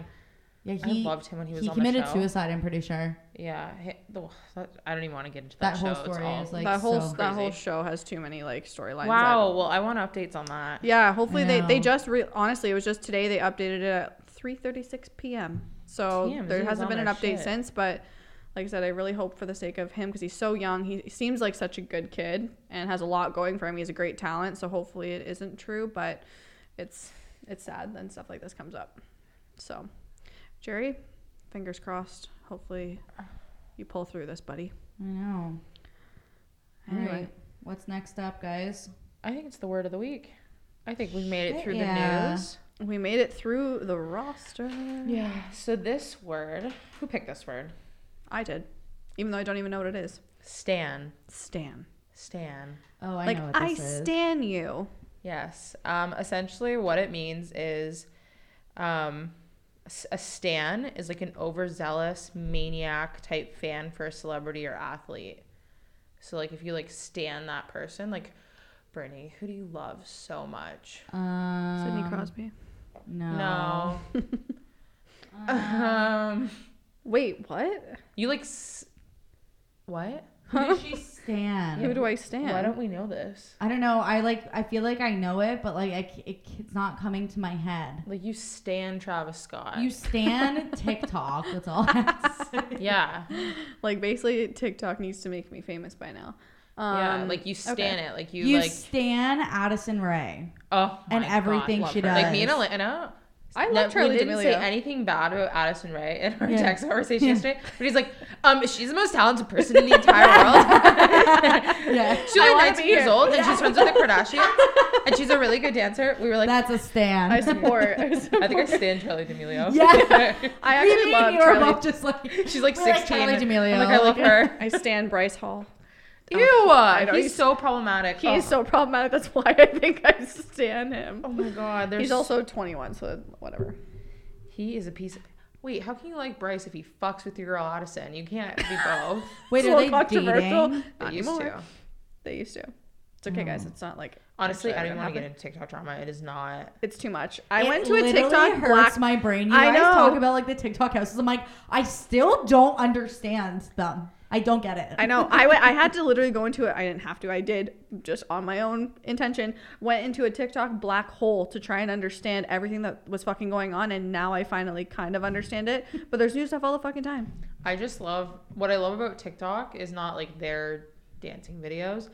[SPEAKER 3] yeah,
[SPEAKER 1] I
[SPEAKER 3] he
[SPEAKER 1] loved him when he was
[SPEAKER 3] he
[SPEAKER 1] on the
[SPEAKER 3] committed
[SPEAKER 1] show.
[SPEAKER 3] suicide. I'm pretty sure
[SPEAKER 1] Yeah, he- the- ugh, that- I don't even want to get into
[SPEAKER 3] that,
[SPEAKER 1] that, show.
[SPEAKER 3] whole
[SPEAKER 1] it's
[SPEAKER 3] story
[SPEAKER 1] all-
[SPEAKER 3] is like
[SPEAKER 2] that whole
[SPEAKER 3] so.
[SPEAKER 2] that whole
[SPEAKER 1] crazy.
[SPEAKER 2] show has too many like storylines.
[SPEAKER 1] wow.
[SPEAKER 2] that-
[SPEAKER 1] Well, I want updates on that.
[SPEAKER 2] Yeah. Hopefully they, they
[SPEAKER 3] know.
[SPEAKER 2] just re- honestly it was just today they updated it at 3:36 p.m. So
[SPEAKER 1] Damn,
[SPEAKER 2] there
[SPEAKER 1] he was
[SPEAKER 2] hasn't
[SPEAKER 1] on
[SPEAKER 2] been an
[SPEAKER 1] our
[SPEAKER 2] update
[SPEAKER 1] shit.
[SPEAKER 2] since, but like I said, I really hope for the sake of him because he's so young. He he seems like such a good kid and has a lot going for him. He's a great talent. So hopefully it isn't true, but it's it's sad then stuff like this comes up. So Jerry, fingers crossed. Hopefully you pull through this, buddy.
[SPEAKER 3] I know. All right,
[SPEAKER 2] Anyway.
[SPEAKER 3] what's next up, guys?
[SPEAKER 1] I think it's the word of the week. I think we made it
[SPEAKER 3] Shit,
[SPEAKER 1] through the
[SPEAKER 3] yeah.
[SPEAKER 1] news.
[SPEAKER 2] We made it through the roster.
[SPEAKER 1] Yeah. So this word, who picked this word?
[SPEAKER 2] I did. Even though I don't even know what it is.
[SPEAKER 1] Stan.
[SPEAKER 2] Stan.
[SPEAKER 1] Stan.
[SPEAKER 3] Oh, I
[SPEAKER 2] like
[SPEAKER 3] know what
[SPEAKER 2] I
[SPEAKER 3] this is.
[SPEAKER 2] stan you.
[SPEAKER 1] Yes. Um, essentially, what it means is um, s- a stan is like an overzealous maniac type fan for a celebrity or athlete. So, like, if you like stan that person, like Brittany, who do you love so much?
[SPEAKER 3] um,
[SPEAKER 2] Sidney Crosby.
[SPEAKER 3] No. Uh,
[SPEAKER 1] No. um,
[SPEAKER 2] Wait, what?
[SPEAKER 1] you like s- what?
[SPEAKER 3] Who does she stand?
[SPEAKER 2] Who do I stan?
[SPEAKER 1] Why don't we know this?
[SPEAKER 3] I don't know. I like. I feel like I know it, but like I c it, it's not coming to my head.
[SPEAKER 1] Like, you stan Travis Scott.
[SPEAKER 3] You stand TikTok. That's all. I have to say.
[SPEAKER 1] yeah.
[SPEAKER 2] like basically TikTok needs to make me famous by now. Um,
[SPEAKER 1] yeah. Like, you
[SPEAKER 2] okay.
[SPEAKER 1] stan it. Like, you,
[SPEAKER 3] You,
[SPEAKER 1] like.
[SPEAKER 3] stand Addison Ray.
[SPEAKER 1] Oh,
[SPEAKER 3] and
[SPEAKER 1] my
[SPEAKER 3] everything
[SPEAKER 1] love
[SPEAKER 3] she
[SPEAKER 1] her. Like me and
[SPEAKER 3] does.
[SPEAKER 1] Elena.
[SPEAKER 2] I love
[SPEAKER 1] no,
[SPEAKER 2] Charli
[SPEAKER 1] We didn't
[SPEAKER 2] D'Amelio.
[SPEAKER 1] say anything bad about Addison Ray in our
[SPEAKER 3] Yeah.
[SPEAKER 1] text conversation
[SPEAKER 3] Yeah.
[SPEAKER 1] yesterday, but he's like, um, she's the most talented person in the entire world.
[SPEAKER 3] Yeah,
[SPEAKER 1] she's only
[SPEAKER 2] wanna be
[SPEAKER 1] 19 years
[SPEAKER 2] here.
[SPEAKER 1] old and she's friends with the Kardashians, and she's a really good dancer. We were like,
[SPEAKER 3] that's a stand.
[SPEAKER 2] I support. I,
[SPEAKER 1] I
[SPEAKER 2] support.
[SPEAKER 1] think I stand Charlie D'Amelio.
[SPEAKER 3] Yeah.
[SPEAKER 2] I
[SPEAKER 3] Me
[SPEAKER 2] actually
[SPEAKER 3] and
[SPEAKER 2] love
[SPEAKER 3] you are
[SPEAKER 2] Charlie.
[SPEAKER 3] both just like
[SPEAKER 1] she's like
[SPEAKER 3] We're
[SPEAKER 1] 16.
[SPEAKER 3] Like Charli D'Amelio.
[SPEAKER 1] I'm like, I love her.
[SPEAKER 2] I stan Bryce Hall.
[SPEAKER 1] Ew,
[SPEAKER 2] I know,
[SPEAKER 1] he's,
[SPEAKER 2] he's-
[SPEAKER 1] so problematic.
[SPEAKER 2] He's
[SPEAKER 1] oh.
[SPEAKER 2] so problematic. That's why I think I stan him.
[SPEAKER 1] oh my god, there's
[SPEAKER 2] He's also 21, so whatever.
[SPEAKER 1] he is a piece of. Wait, how can you like Bryce if he fucks with your girl Addison? You can't be both.
[SPEAKER 3] Wait,
[SPEAKER 2] It's a
[SPEAKER 3] are
[SPEAKER 2] little
[SPEAKER 3] they dating?
[SPEAKER 1] I
[SPEAKER 2] Not
[SPEAKER 1] used
[SPEAKER 2] anymore.
[SPEAKER 1] to.
[SPEAKER 2] They used to. It's okay, guys. It's not like
[SPEAKER 1] Honestly, I
[SPEAKER 2] actually
[SPEAKER 1] don't
[SPEAKER 2] ever
[SPEAKER 1] want to
[SPEAKER 2] happened.
[SPEAKER 1] get into TikTok drama. It is not.
[SPEAKER 2] It's too much. I
[SPEAKER 3] It
[SPEAKER 2] went to a
[SPEAKER 3] literally
[SPEAKER 2] TikTok
[SPEAKER 3] hurts
[SPEAKER 2] black
[SPEAKER 3] my brain. You
[SPEAKER 2] I
[SPEAKER 3] guys
[SPEAKER 2] know.
[SPEAKER 3] talk about like the TikTok houses. I'm like, I still don't understand them. I don't get it.
[SPEAKER 2] I know. I went, I had to literally go into it. I didn't have to. I did just on my own intention. Went into a TikTok black hole to try and understand everything that was fucking going on, and now I finally kind of understand it. But there's new stuff all the fucking time.
[SPEAKER 1] I just love what I love about TikTok is not like their dancing videos.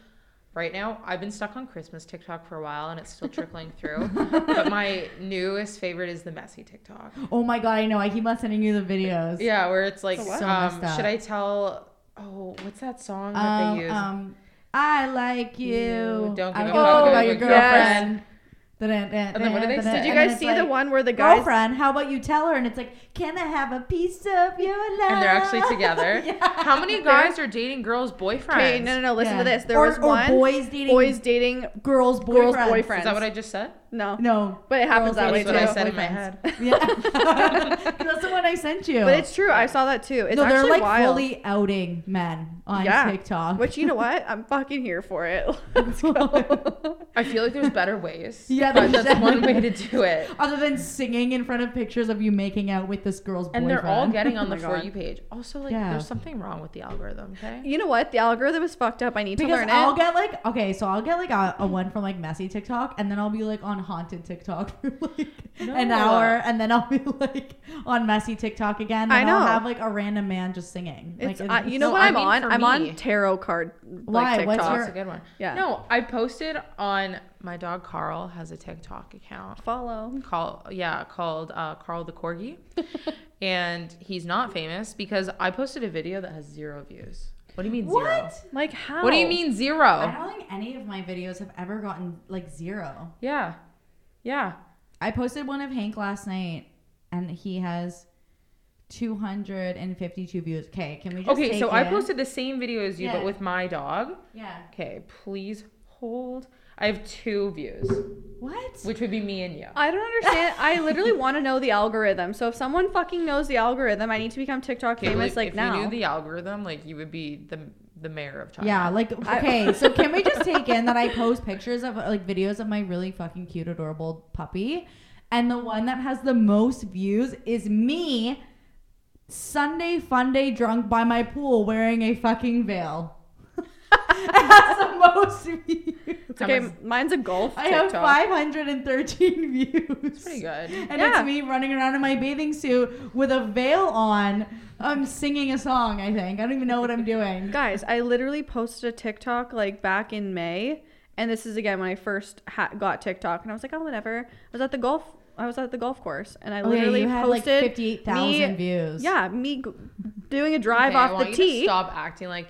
[SPEAKER 1] Right now, I've been stuck on Christmas TikTok for a while and it's still trickling through. but my newest favorite is the messy TikTok.
[SPEAKER 3] Oh my god, I know. I keep on sending you the videos.
[SPEAKER 1] Yeah, where it's like,
[SPEAKER 2] The what?
[SPEAKER 3] So
[SPEAKER 1] um,
[SPEAKER 3] messed
[SPEAKER 1] should
[SPEAKER 3] up.
[SPEAKER 1] I tell? Oh, what's that song that
[SPEAKER 3] Um,
[SPEAKER 1] they use?
[SPEAKER 3] um, I like you.
[SPEAKER 1] You don't
[SPEAKER 3] I
[SPEAKER 1] give a fuck
[SPEAKER 3] don't about your
[SPEAKER 1] about your
[SPEAKER 3] girlfriend. And
[SPEAKER 1] then what do they say?
[SPEAKER 2] Did you
[SPEAKER 1] And
[SPEAKER 2] guys see the one where the guys?
[SPEAKER 3] Girlfriend, how about you tell her? And it's like, can I have a piece of your love?
[SPEAKER 1] and they're actually together.
[SPEAKER 3] Yeah.
[SPEAKER 1] How many guys are dating girls' boyfriends?
[SPEAKER 2] Okay, no, no, no. Listen to
[SPEAKER 3] Yeah.
[SPEAKER 2] this. There
[SPEAKER 3] Or-
[SPEAKER 2] was
[SPEAKER 3] or
[SPEAKER 2] one
[SPEAKER 3] boys dating
[SPEAKER 2] boys dating
[SPEAKER 3] girls, boyfriends.
[SPEAKER 2] girls boyfriends.
[SPEAKER 1] Is that what I just said?
[SPEAKER 2] No,
[SPEAKER 3] No,
[SPEAKER 2] But it happens that
[SPEAKER 3] dating
[SPEAKER 2] way
[SPEAKER 1] That's what I said
[SPEAKER 2] too.
[SPEAKER 1] in my
[SPEAKER 3] boyfriends.
[SPEAKER 1] head.
[SPEAKER 3] Yeah, 'Cause that's the one I sent you.
[SPEAKER 2] but it's true. I saw that too. It's
[SPEAKER 3] no,
[SPEAKER 2] actually
[SPEAKER 3] they're like
[SPEAKER 2] wild.
[SPEAKER 3] fully outing men on
[SPEAKER 2] Yeah.
[SPEAKER 3] TikTok.
[SPEAKER 2] Which you know what? I'm fucking here for it. Let's go.
[SPEAKER 1] I feel like there's better ways.
[SPEAKER 3] Yeah,
[SPEAKER 1] but
[SPEAKER 3] there's
[SPEAKER 1] that's one way
[SPEAKER 3] definitely-
[SPEAKER 1] to do it.
[SPEAKER 3] other than singing in front of pictures of you making out with this girl's
[SPEAKER 1] And
[SPEAKER 3] boyfriend.
[SPEAKER 1] they're all getting on
[SPEAKER 2] Oh
[SPEAKER 1] the
[SPEAKER 2] my
[SPEAKER 1] for
[SPEAKER 2] God.
[SPEAKER 1] you page. Also, like,
[SPEAKER 3] Yeah.
[SPEAKER 1] there's something wrong with the algorithm. Okay.
[SPEAKER 2] You know what? The algorithm is fucked up. I need to
[SPEAKER 3] because
[SPEAKER 2] learn
[SPEAKER 3] I'll
[SPEAKER 2] it.
[SPEAKER 3] get like okay, so I'll get like a, a one from like messy TikTok, and then I'll be like on haunted TikTok for like an
[SPEAKER 1] No.
[SPEAKER 3] hour, and then I'll be like on messy TikTok again. And
[SPEAKER 2] I know.
[SPEAKER 3] I'll have like a random man just singing.
[SPEAKER 2] It's,
[SPEAKER 3] like,
[SPEAKER 2] I, you know
[SPEAKER 1] No,
[SPEAKER 2] what
[SPEAKER 1] I
[SPEAKER 2] I'm
[SPEAKER 1] mean
[SPEAKER 2] on?
[SPEAKER 1] for
[SPEAKER 2] I'm
[SPEAKER 1] me.
[SPEAKER 2] on tarot card like
[SPEAKER 3] Why?
[SPEAKER 2] TikTok.
[SPEAKER 3] What's
[SPEAKER 1] That's
[SPEAKER 3] your-
[SPEAKER 1] a good one.
[SPEAKER 2] Yeah.
[SPEAKER 1] No, I posted on my dog Carl has a TikTok account.
[SPEAKER 2] follow?
[SPEAKER 1] Call yeah, called uh, Carl the Corgi, and he's not famous because I posted a video that has zero views. What do you mean zero?
[SPEAKER 3] what?
[SPEAKER 2] Like how?
[SPEAKER 1] What do you mean
[SPEAKER 3] I
[SPEAKER 1] zero?
[SPEAKER 3] don't think any of my videos have ever gotten like zero.
[SPEAKER 1] Yeah, yeah.
[SPEAKER 3] I posted one of Hank last night, and he has. 252 views. Okay, can we just
[SPEAKER 1] Okay,
[SPEAKER 3] take
[SPEAKER 1] so I
[SPEAKER 3] it?
[SPEAKER 1] posted the same video as you,
[SPEAKER 3] Yeah.
[SPEAKER 1] but with my dog.
[SPEAKER 3] Yeah.
[SPEAKER 1] Okay, please hold. I have two views,
[SPEAKER 3] What?
[SPEAKER 1] which would be me and you.
[SPEAKER 2] I don't understand. I literally want to know the algorithm. So if someone fucking knows the algorithm, I need to become TikTok
[SPEAKER 1] Okay,
[SPEAKER 2] famous like
[SPEAKER 1] if
[SPEAKER 2] now.
[SPEAKER 1] you knew the algorithm, like you would be the the mayor of China.
[SPEAKER 3] Yeah, like
[SPEAKER 2] I-
[SPEAKER 3] okay, so can we just take in that I post pictures of like videos of my really fucking cute, adorable puppy, and the one that has the most views is me, Sunday fun day drunk by my pool wearing a fucking veil. it has the most views.
[SPEAKER 2] okay,
[SPEAKER 1] Someone's-
[SPEAKER 2] mine's a golf
[SPEAKER 3] I have
[SPEAKER 2] TikTok.
[SPEAKER 3] 513 views. That's
[SPEAKER 1] pretty good.
[SPEAKER 3] And
[SPEAKER 2] Yeah.
[SPEAKER 3] it's me running around in my bathing suit with a veil on. I'm singing a song, I think. I don't even know what I'm doing.
[SPEAKER 2] Guys, I literally posted a TikTok like back in May, and this is again when I first ha- got TikTok, and I was like, oh whatever. I was at the golf. I was at the golf course, and I
[SPEAKER 3] Oh, yeah,
[SPEAKER 2] literally
[SPEAKER 3] you had, like,
[SPEAKER 2] posted
[SPEAKER 3] 58,000
[SPEAKER 2] me-
[SPEAKER 3] views.
[SPEAKER 2] Yeah, me g- doing a drive
[SPEAKER 1] Okay, I
[SPEAKER 2] off
[SPEAKER 1] want
[SPEAKER 2] the
[SPEAKER 1] you to
[SPEAKER 2] tee.
[SPEAKER 1] stop acting like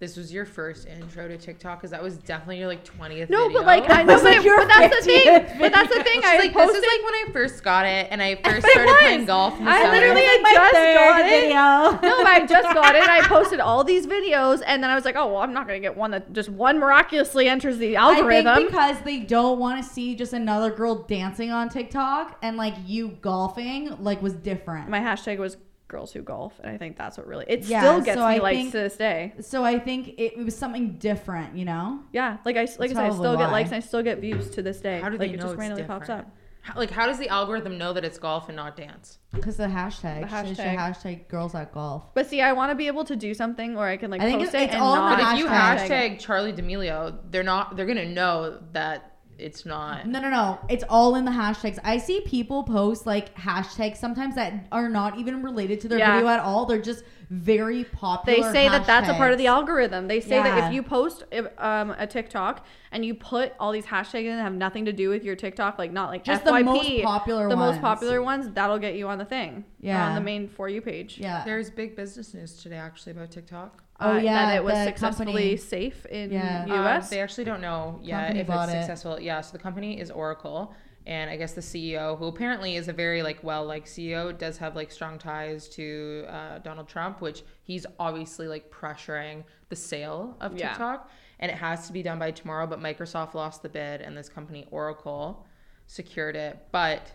[SPEAKER 1] this was your first intro to TikTok because that was definitely your like twentieth.
[SPEAKER 2] No,
[SPEAKER 1] video.
[SPEAKER 2] but like I know,
[SPEAKER 3] That's
[SPEAKER 2] but,
[SPEAKER 3] like
[SPEAKER 2] it-
[SPEAKER 3] your
[SPEAKER 2] but that's the
[SPEAKER 3] 50th
[SPEAKER 2] thing. But that's the thing.
[SPEAKER 1] She's
[SPEAKER 2] I
[SPEAKER 1] like
[SPEAKER 2] posted.
[SPEAKER 1] this is like when I first got it and I first
[SPEAKER 2] But it
[SPEAKER 1] started playing
[SPEAKER 2] was.
[SPEAKER 1] golf. in the
[SPEAKER 2] I
[SPEAKER 1] summer.
[SPEAKER 2] literally
[SPEAKER 3] This is
[SPEAKER 2] I just
[SPEAKER 3] third
[SPEAKER 2] got it.
[SPEAKER 3] video.
[SPEAKER 2] no, but I just got it. I posted all these videos, and then I was like, oh well, I'm not gonna get one that just one miraculously enters the
[SPEAKER 3] I think
[SPEAKER 2] algorithm.
[SPEAKER 3] because they don't want to see just another girl dancing on TikTok and like you golfing like was different.
[SPEAKER 2] My hashtag was girls who golf, and I think that's what really it
[SPEAKER 3] Yeah,
[SPEAKER 2] still gets
[SPEAKER 3] so
[SPEAKER 2] me
[SPEAKER 3] I
[SPEAKER 2] likes
[SPEAKER 3] think-
[SPEAKER 2] to this day.
[SPEAKER 3] so I think it, it was something different, you know?
[SPEAKER 2] Yeah, like I s- like I
[SPEAKER 3] That's
[SPEAKER 2] said, I still
[SPEAKER 3] probably
[SPEAKER 2] get likes
[SPEAKER 3] why.
[SPEAKER 2] and I still get views to this day.
[SPEAKER 1] How do
[SPEAKER 2] like
[SPEAKER 1] they
[SPEAKER 2] it
[SPEAKER 1] know
[SPEAKER 2] just
[SPEAKER 1] it's
[SPEAKER 2] randomly pops up.
[SPEAKER 1] different? How- like how does the algorithm know that it's golf and not dance?
[SPEAKER 3] Because the hashtag,
[SPEAKER 2] The
[SPEAKER 3] Should- should
[SPEAKER 2] hashtag.
[SPEAKER 3] hashtag girls at golf.
[SPEAKER 2] But see, I want to be able to do something where I can like
[SPEAKER 3] I think
[SPEAKER 2] post
[SPEAKER 3] it's-
[SPEAKER 2] it
[SPEAKER 3] it's
[SPEAKER 2] and
[SPEAKER 3] all
[SPEAKER 2] not.
[SPEAKER 3] in
[SPEAKER 1] But
[SPEAKER 3] the
[SPEAKER 1] if you
[SPEAKER 3] hashtag.
[SPEAKER 1] hashtag Charlie D'Amelio, they're not. They're gonna know that it's not.
[SPEAKER 3] No, no, no. It's all in the hashtags. I see people post like hashtags sometimes that are not even related to their
[SPEAKER 2] Yeah.
[SPEAKER 3] video at all. They're just very
[SPEAKER 2] they
[SPEAKER 3] popular.
[SPEAKER 2] say that that's a part of the
[SPEAKER 3] hashtags.
[SPEAKER 2] algorithm. They say that
[SPEAKER 3] Yeah.
[SPEAKER 2] if you post if, um, a TikTok and you put all these hashtags in that have nothing to do with your TikTok, like not like
[SPEAKER 3] Just the
[SPEAKER 2] FYP,
[SPEAKER 3] most popular
[SPEAKER 2] the most
[SPEAKER 3] ones.
[SPEAKER 2] popular ones, that'll get you on the thing, or
[SPEAKER 3] Yeah.
[SPEAKER 2] on the main for you page. Uh,
[SPEAKER 3] Yeah.
[SPEAKER 1] There's big business news today actually about TikTok.
[SPEAKER 3] Oh,
[SPEAKER 2] that
[SPEAKER 3] yeah,
[SPEAKER 2] it was
[SPEAKER 3] the
[SPEAKER 2] successfully
[SPEAKER 3] company.
[SPEAKER 2] safe in
[SPEAKER 3] Yeah. Uh,
[SPEAKER 1] Um,
[SPEAKER 2] U.S.
[SPEAKER 1] they actually don't know yet
[SPEAKER 3] Company
[SPEAKER 1] if
[SPEAKER 3] bought
[SPEAKER 1] it's
[SPEAKER 3] it.
[SPEAKER 1] successful. Yeah, so the company is Oracle, and I guess the CEO, who apparently is a very like well like CEO, does have like strong ties to uh, Donald Trump, which he's obviously like pressuring the sale of
[SPEAKER 2] Yeah.
[SPEAKER 1] TikTok, and it has to be done by tomorrow. But Microsoft lost the bid, and this company Oracle secured it, but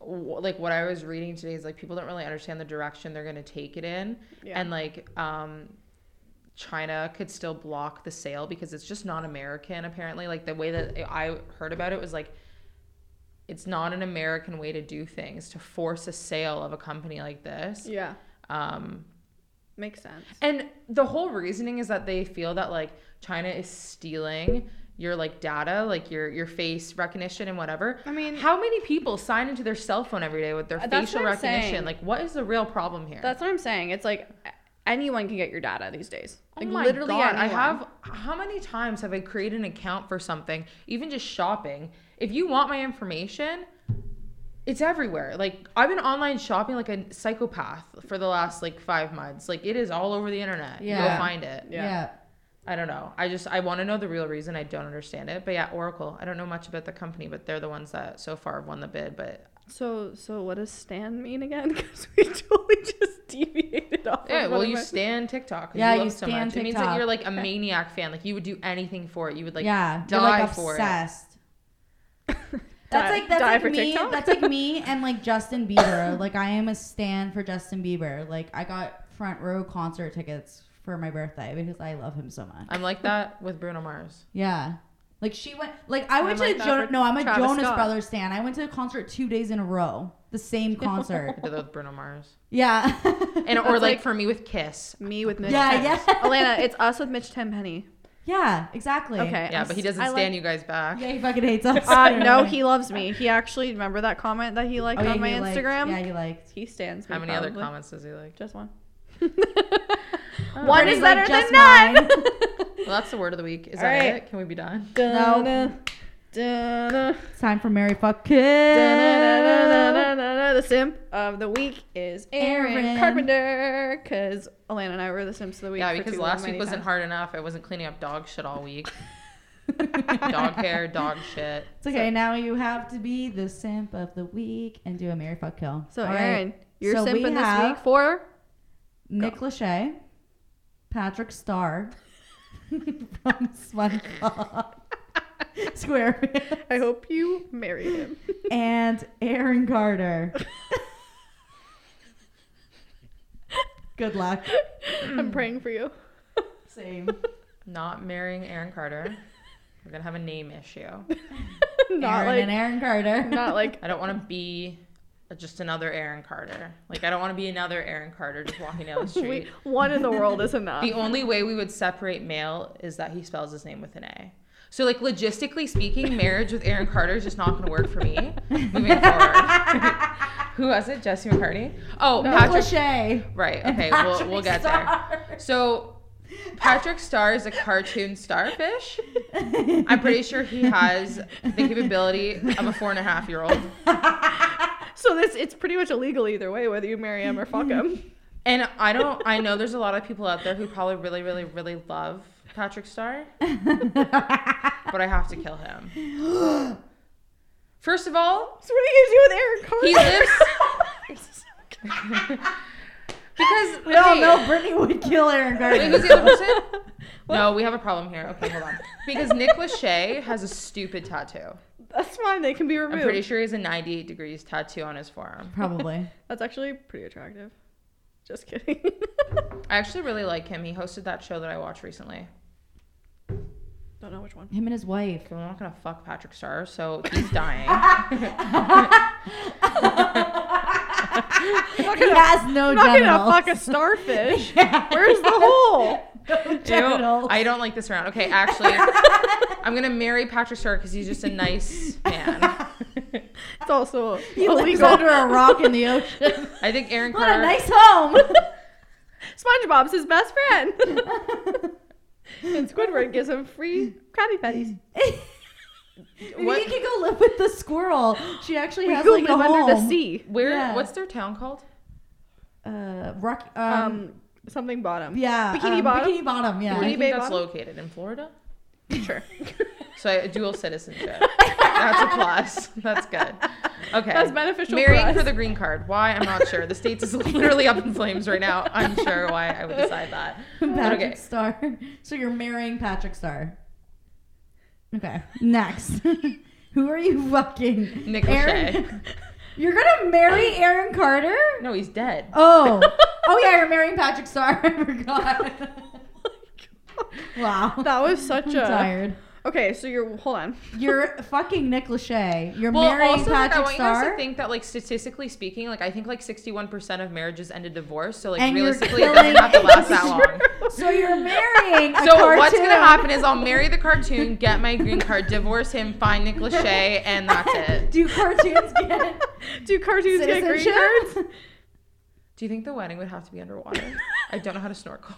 [SPEAKER 1] w- like what I was reading today is like people don't really understand the direction they're going to take it in
[SPEAKER 2] Yeah.
[SPEAKER 1] and like um China could still block the sale because it's just not American apparently like the way that I heard about it was like it's not an American way to do things to force a sale of a company like this
[SPEAKER 2] yeah,
[SPEAKER 1] um
[SPEAKER 2] Makes sense.
[SPEAKER 1] And the whole reasoning is that they feel that like China is stealing your like data, like your your face recognition and whatever.
[SPEAKER 2] I mean-
[SPEAKER 1] how many people sign into their cell phone every day with their
[SPEAKER 2] Uh, that's
[SPEAKER 1] facial
[SPEAKER 2] what I'm
[SPEAKER 1] recognition?
[SPEAKER 2] saying.
[SPEAKER 1] Like, what is the real problem here?
[SPEAKER 2] That's what I'm saying. It's like anyone can get your data these days. Like
[SPEAKER 1] oh my
[SPEAKER 2] literally
[SPEAKER 1] God, I
[SPEAKER 2] anyone.
[SPEAKER 1] have how many times have I created an account for something, even just shopping? If you want my information, it's everywhere. Like I've been online shopping like a psychopath for the last like five months. Like it is all over the internet.
[SPEAKER 3] Yeah.
[SPEAKER 1] You'll find it.
[SPEAKER 2] Yeah.
[SPEAKER 3] yeah.
[SPEAKER 1] I don't know. I just I want to know the real reason. I don't understand it. But yeah, Oracle. I don't know much about the company, but they're the ones that so far have won the bid. But
[SPEAKER 2] So so what does Stan mean again? Because we totally just deviated off.
[SPEAKER 1] yeah,
[SPEAKER 2] of
[SPEAKER 1] well,
[SPEAKER 2] what
[SPEAKER 1] you
[SPEAKER 2] I-
[SPEAKER 1] stand TikTok. 'cause
[SPEAKER 3] Yeah,
[SPEAKER 1] you, love
[SPEAKER 3] you
[SPEAKER 1] it so
[SPEAKER 3] stan
[SPEAKER 1] much. It means that
[SPEAKER 3] TikTok.
[SPEAKER 1] you're like a maniac fan. Like you would do anything for it. You would like
[SPEAKER 3] yeah,
[SPEAKER 1] die
[SPEAKER 3] you're like
[SPEAKER 1] for it.
[SPEAKER 3] obsessed. That's
[SPEAKER 2] Die-
[SPEAKER 3] like that's
[SPEAKER 2] die
[SPEAKER 3] like
[SPEAKER 2] for
[SPEAKER 3] me.
[SPEAKER 2] TikTok?
[SPEAKER 3] That's like me and like Justin Bieber. like I am a stan for Justin Bieber. Like I got front row concert tickets for my birthday because I love him so much.
[SPEAKER 1] I'm like that with Bruno Mars.
[SPEAKER 3] Yeah. Like she went. Like I went
[SPEAKER 2] I'm
[SPEAKER 3] to
[SPEAKER 2] like that
[SPEAKER 3] Jonah.
[SPEAKER 2] for
[SPEAKER 3] No, I'm a
[SPEAKER 2] Travis
[SPEAKER 3] Jonas
[SPEAKER 2] Scott.
[SPEAKER 3] Brothers stan. I went to a concert two days in a row. The same concert.
[SPEAKER 1] I did that with Bruno Mars.
[SPEAKER 3] yeah.
[SPEAKER 1] And or
[SPEAKER 2] That's
[SPEAKER 1] like,
[SPEAKER 2] like-
[SPEAKER 1] for me with Kiss.
[SPEAKER 2] me with Mitch.
[SPEAKER 3] yeah.
[SPEAKER 2] Tenpenny.
[SPEAKER 3] Yeah.
[SPEAKER 2] Elena, it's us with Mitch Tenpenny.
[SPEAKER 3] Yeah. Exactly.
[SPEAKER 2] Okay.
[SPEAKER 1] Yeah, but he doesn't
[SPEAKER 2] I like-
[SPEAKER 1] stand you guys back.
[SPEAKER 3] Yeah, he fucking hates us.
[SPEAKER 2] Uh, no, he loves me. He actually remember that comment that he liked
[SPEAKER 3] Oh, yeah,
[SPEAKER 2] on my
[SPEAKER 3] he liked-
[SPEAKER 2] Instagram.
[SPEAKER 3] yeah, he liked.
[SPEAKER 2] He stands me.
[SPEAKER 1] How many other
[SPEAKER 2] probably.
[SPEAKER 1] comments does he like?
[SPEAKER 2] Just one.
[SPEAKER 3] One
[SPEAKER 2] one
[SPEAKER 3] is
[SPEAKER 2] is
[SPEAKER 3] like,
[SPEAKER 2] better
[SPEAKER 3] just
[SPEAKER 2] than none.
[SPEAKER 1] Well, that's the word of the week. Is
[SPEAKER 2] All
[SPEAKER 1] that
[SPEAKER 2] right.
[SPEAKER 1] it? Can we be done?
[SPEAKER 2] Dun-na, dun-na,
[SPEAKER 3] It's time for Mary Fuck Kill.
[SPEAKER 2] dun-na-na-na-na-na-na. The simp of the week is
[SPEAKER 3] Aaron.
[SPEAKER 2] Aaron Carpenter because Elena and I were the simps of the week.
[SPEAKER 1] Yeah,
[SPEAKER 2] for
[SPEAKER 1] because
[SPEAKER 2] too long
[SPEAKER 1] last week
[SPEAKER 2] many
[SPEAKER 1] wasn't
[SPEAKER 2] times.
[SPEAKER 1] hard enough. I wasn't cleaning up dog shit all week. dog hair, dog shit.
[SPEAKER 3] It's okay. Now you have to be the simp of the week and do a Mary Fuck Kill.
[SPEAKER 2] So
[SPEAKER 3] All right.
[SPEAKER 2] Aaron, you're
[SPEAKER 3] So we
[SPEAKER 2] simping this
[SPEAKER 3] have-
[SPEAKER 2] week for
[SPEAKER 3] Nick Lachey, Patrick Starr from SpongeBob, SquarePants,
[SPEAKER 2] I hope you marry him.
[SPEAKER 3] and Aaron Carter. Good luck.
[SPEAKER 2] I'm praying for you.
[SPEAKER 3] Same.
[SPEAKER 1] Not marrying Aaron Carter. We're gonna have a name issue.
[SPEAKER 2] not
[SPEAKER 3] Aaron
[SPEAKER 2] like
[SPEAKER 3] and Aaron Carter.
[SPEAKER 2] not like
[SPEAKER 1] I don't want to be just another Aaron Carter. Like I don't want to be another Aaron Carter just walking down the
[SPEAKER 2] we,
[SPEAKER 1] street.
[SPEAKER 2] one in the world is enough.
[SPEAKER 1] The only way we would separate male is that he spells his name with an A. So, like, logistically speaking, marriage with Aaron Carter is just not going to work for me moving forward. Who was it? Jesse McCartney? Oh,
[SPEAKER 3] Nick
[SPEAKER 1] Patrick.
[SPEAKER 3] Lachey.
[SPEAKER 1] Right.
[SPEAKER 3] and
[SPEAKER 1] Okay.
[SPEAKER 3] Patrick
[SPEAKER 1] we'll, we'll get
[SPEAKER 3] Starr.
[SPEAKER 1] there. So, Patrick Starr is a cartoon starfish. I'm pretty sure he has the capability of a four and a half year old.
[SPEAKER 2] so this it's pretty much illegal either way whether you marry him or fuck him.
[SPEAKER 1] And I don't, I know there's a lot of people out there who probably really, really, really love Patrick Starr. but I have to kill him. First of all,
[SPEAKER 2] So what are you gonna do
[SPEAKER 1] he
[SPEAKER 2] with Aaron
[SPEAKER 1] lives
[SPEAKER 2] Carter?
[SPEAKER 1] because
[SPEAKER 3] We all
[SPEAKER 1] okay,
[SPEAKER 3] know Brittany would kill Aaron
[SPEAKER 1] Wait,
[SPEAKER 3] Carter.
[SPEAKER 1] who's the other person? No, we have a problem here. Okay, hold on. Because Nick Lachey has a stupid tattoo.
[SPEAKER 2] That's fine. They can be
[SPEAKER 1] I'm
[SPEAKER 2] removed.
[SPEAKER 1] pretty sure he has a 98 degrees tattoo on his forearm.
[SPEAKER 3] Probably.
[SPEAKER 2] That's actually pretty attractive. Just kidding.
[SPEAKER 1] I actually really like him. He hosted that show that I watched recently.
[SPEAKER 2] Don't know which one.
[SPEAKER 3] Him and his wife.
[SPEAKER 1] Okay, well, I'm not gonna fuck Patrick Starr, so he's dying.
[SPEAKER 3] He has no
[SPEAKER 2] I'm not gonna
[SPEAKER 3] genitals.
[SPEAKER 2] fuck a starfish. Where's the hole?
[SPEAKER 3] No
[SPEAKER 1] Ew,
[SPEAKER 3] genitals.
[SPEAKER 1] I don't like this round. Okay, actually, I'm gonna marry Patrick Starr because he's just a nice man.
[SPEAKER 2] It's also
[SPEAKER 3] He lives
[SPEAKER 2] illegal.
[SPEAKER 3] under a rock in the ocean.
[SPEAKER 1] I think Aaron
[SPEAKER 3] What
[SPEAKER 1] Carter.
[SPEAKER 3] a nice home.
[SPEAKER 2] SpongeBob's his best friend, and Squidward gives him free Krabby Patties.
[SPEAKER 3] Maybe
[SPEAKER 1] What-
[SPEAKER 3] you could go live with the squirrel. She actually
[SPEAKER 2] We
[SPEAKER 3] has
[SPEAKER 2] go
[SPEAKER 3] like a
[SPEAKER 2] live
[SPEAKER 3] home.
[SPEAKER 2] under the sea.
[SPEAKER 1] Where?
[SPEAKER 3] Yeah.
[SPEAKER 1] What's their town called?
[SPEAKER 3] Uh, rock. Um,
[SPEAKER 2] Um, something bottom.
[SPEAKER 3] yeah.
[SPEAKER 2] Bikini
[SPEAKER 3] um,
[SPEAKER 2] Bottom?
[SPEAKER 3] Bikini bottom. Yeah.
[SPEAKER 1] I
[SPEAKER 2] Bikini-
[SPEAKER 1] think
[SPEAKER 2] Bay
[SPEAKER 1] that's
[SPEAKER 2] Bottom?
[SPEAKER 1] located in Florida.
[SPEAKER 2] Sure.
[SPEAKER 1] So I, dual citizenship. that's a plus. That's good. Okay.
[SPEAKER 2] That's beneficial.
[SPEAKER 1] Marrying
[SPEAKER 2] for, us.
[SPEAKER 1] for the green card. Why? I'm not sure. The states is literally up in flames right now. I'm sure why I would decide that. But
[SPEAKER 3] Patrick
[SPEAKER 1] okay.
[SPEAKER 3] Star. So you're marrying Patrick Star. Okay. Next. Who are you fucking?
[SPEAKER 1] Nick
[SPEAKER 3] Aaron-
[SPEAKER 1] Lachey.
[SPEAKER 3] You're gonna marry
[SPEAKER 2] Um,
[SPEAKER 3] Aaron Carter?
[SPEAKER 1] No, he's dead.
[SPEAKER 3] Oh. oh yeah, you're marrying Patrick Star. I forgot. wow.
[SPEAKER 2] Oh That was such
[SPEAKER 3] I'm
[SPEAKER 2] a
[SPEAKER 3] tired.
[SPEAKER 2] Okay, so you're hold on.
[SPEAKER 3] You're fucking Nick Lachey. You're
[SPEAKER 1] Well,
[SPEAKER 3] marrying
[SPEAKER 1] also, like, I
[SPEAKER 3] Patrick
[SPEAKER 1] want you guys to
[SPEAKER 3] Star.
[SPEAKER 1] think that, like, statistically speaking, like, I think like sixty-one percent of marriages end in divorce. So, like,
[SPEAKER 3] And you're
[SPEAKER 1] realistically, it
[SPEAKER 3] killing-
[SPEAKER 1] doesn't have to last that long.
[SPEAKER 3] So you're marrying. A
[SPEAKER 1] So what's
[SPEAKER 3] cartoon.
[SPEAKER 1] gonna happen is I'll marry the cartoon, get my green card, divorce him, find Nick Lachey, and that's it.
[SPEAKER 3] Do cartoons get
[SPEAKER 2] Do cartoons get green
[SPEAKER 3] citizenship?
[SPEAKER 2] cards?
[SPEAKER 1] Do you think the wedding would have to be underwater? I don't know how to snorkel.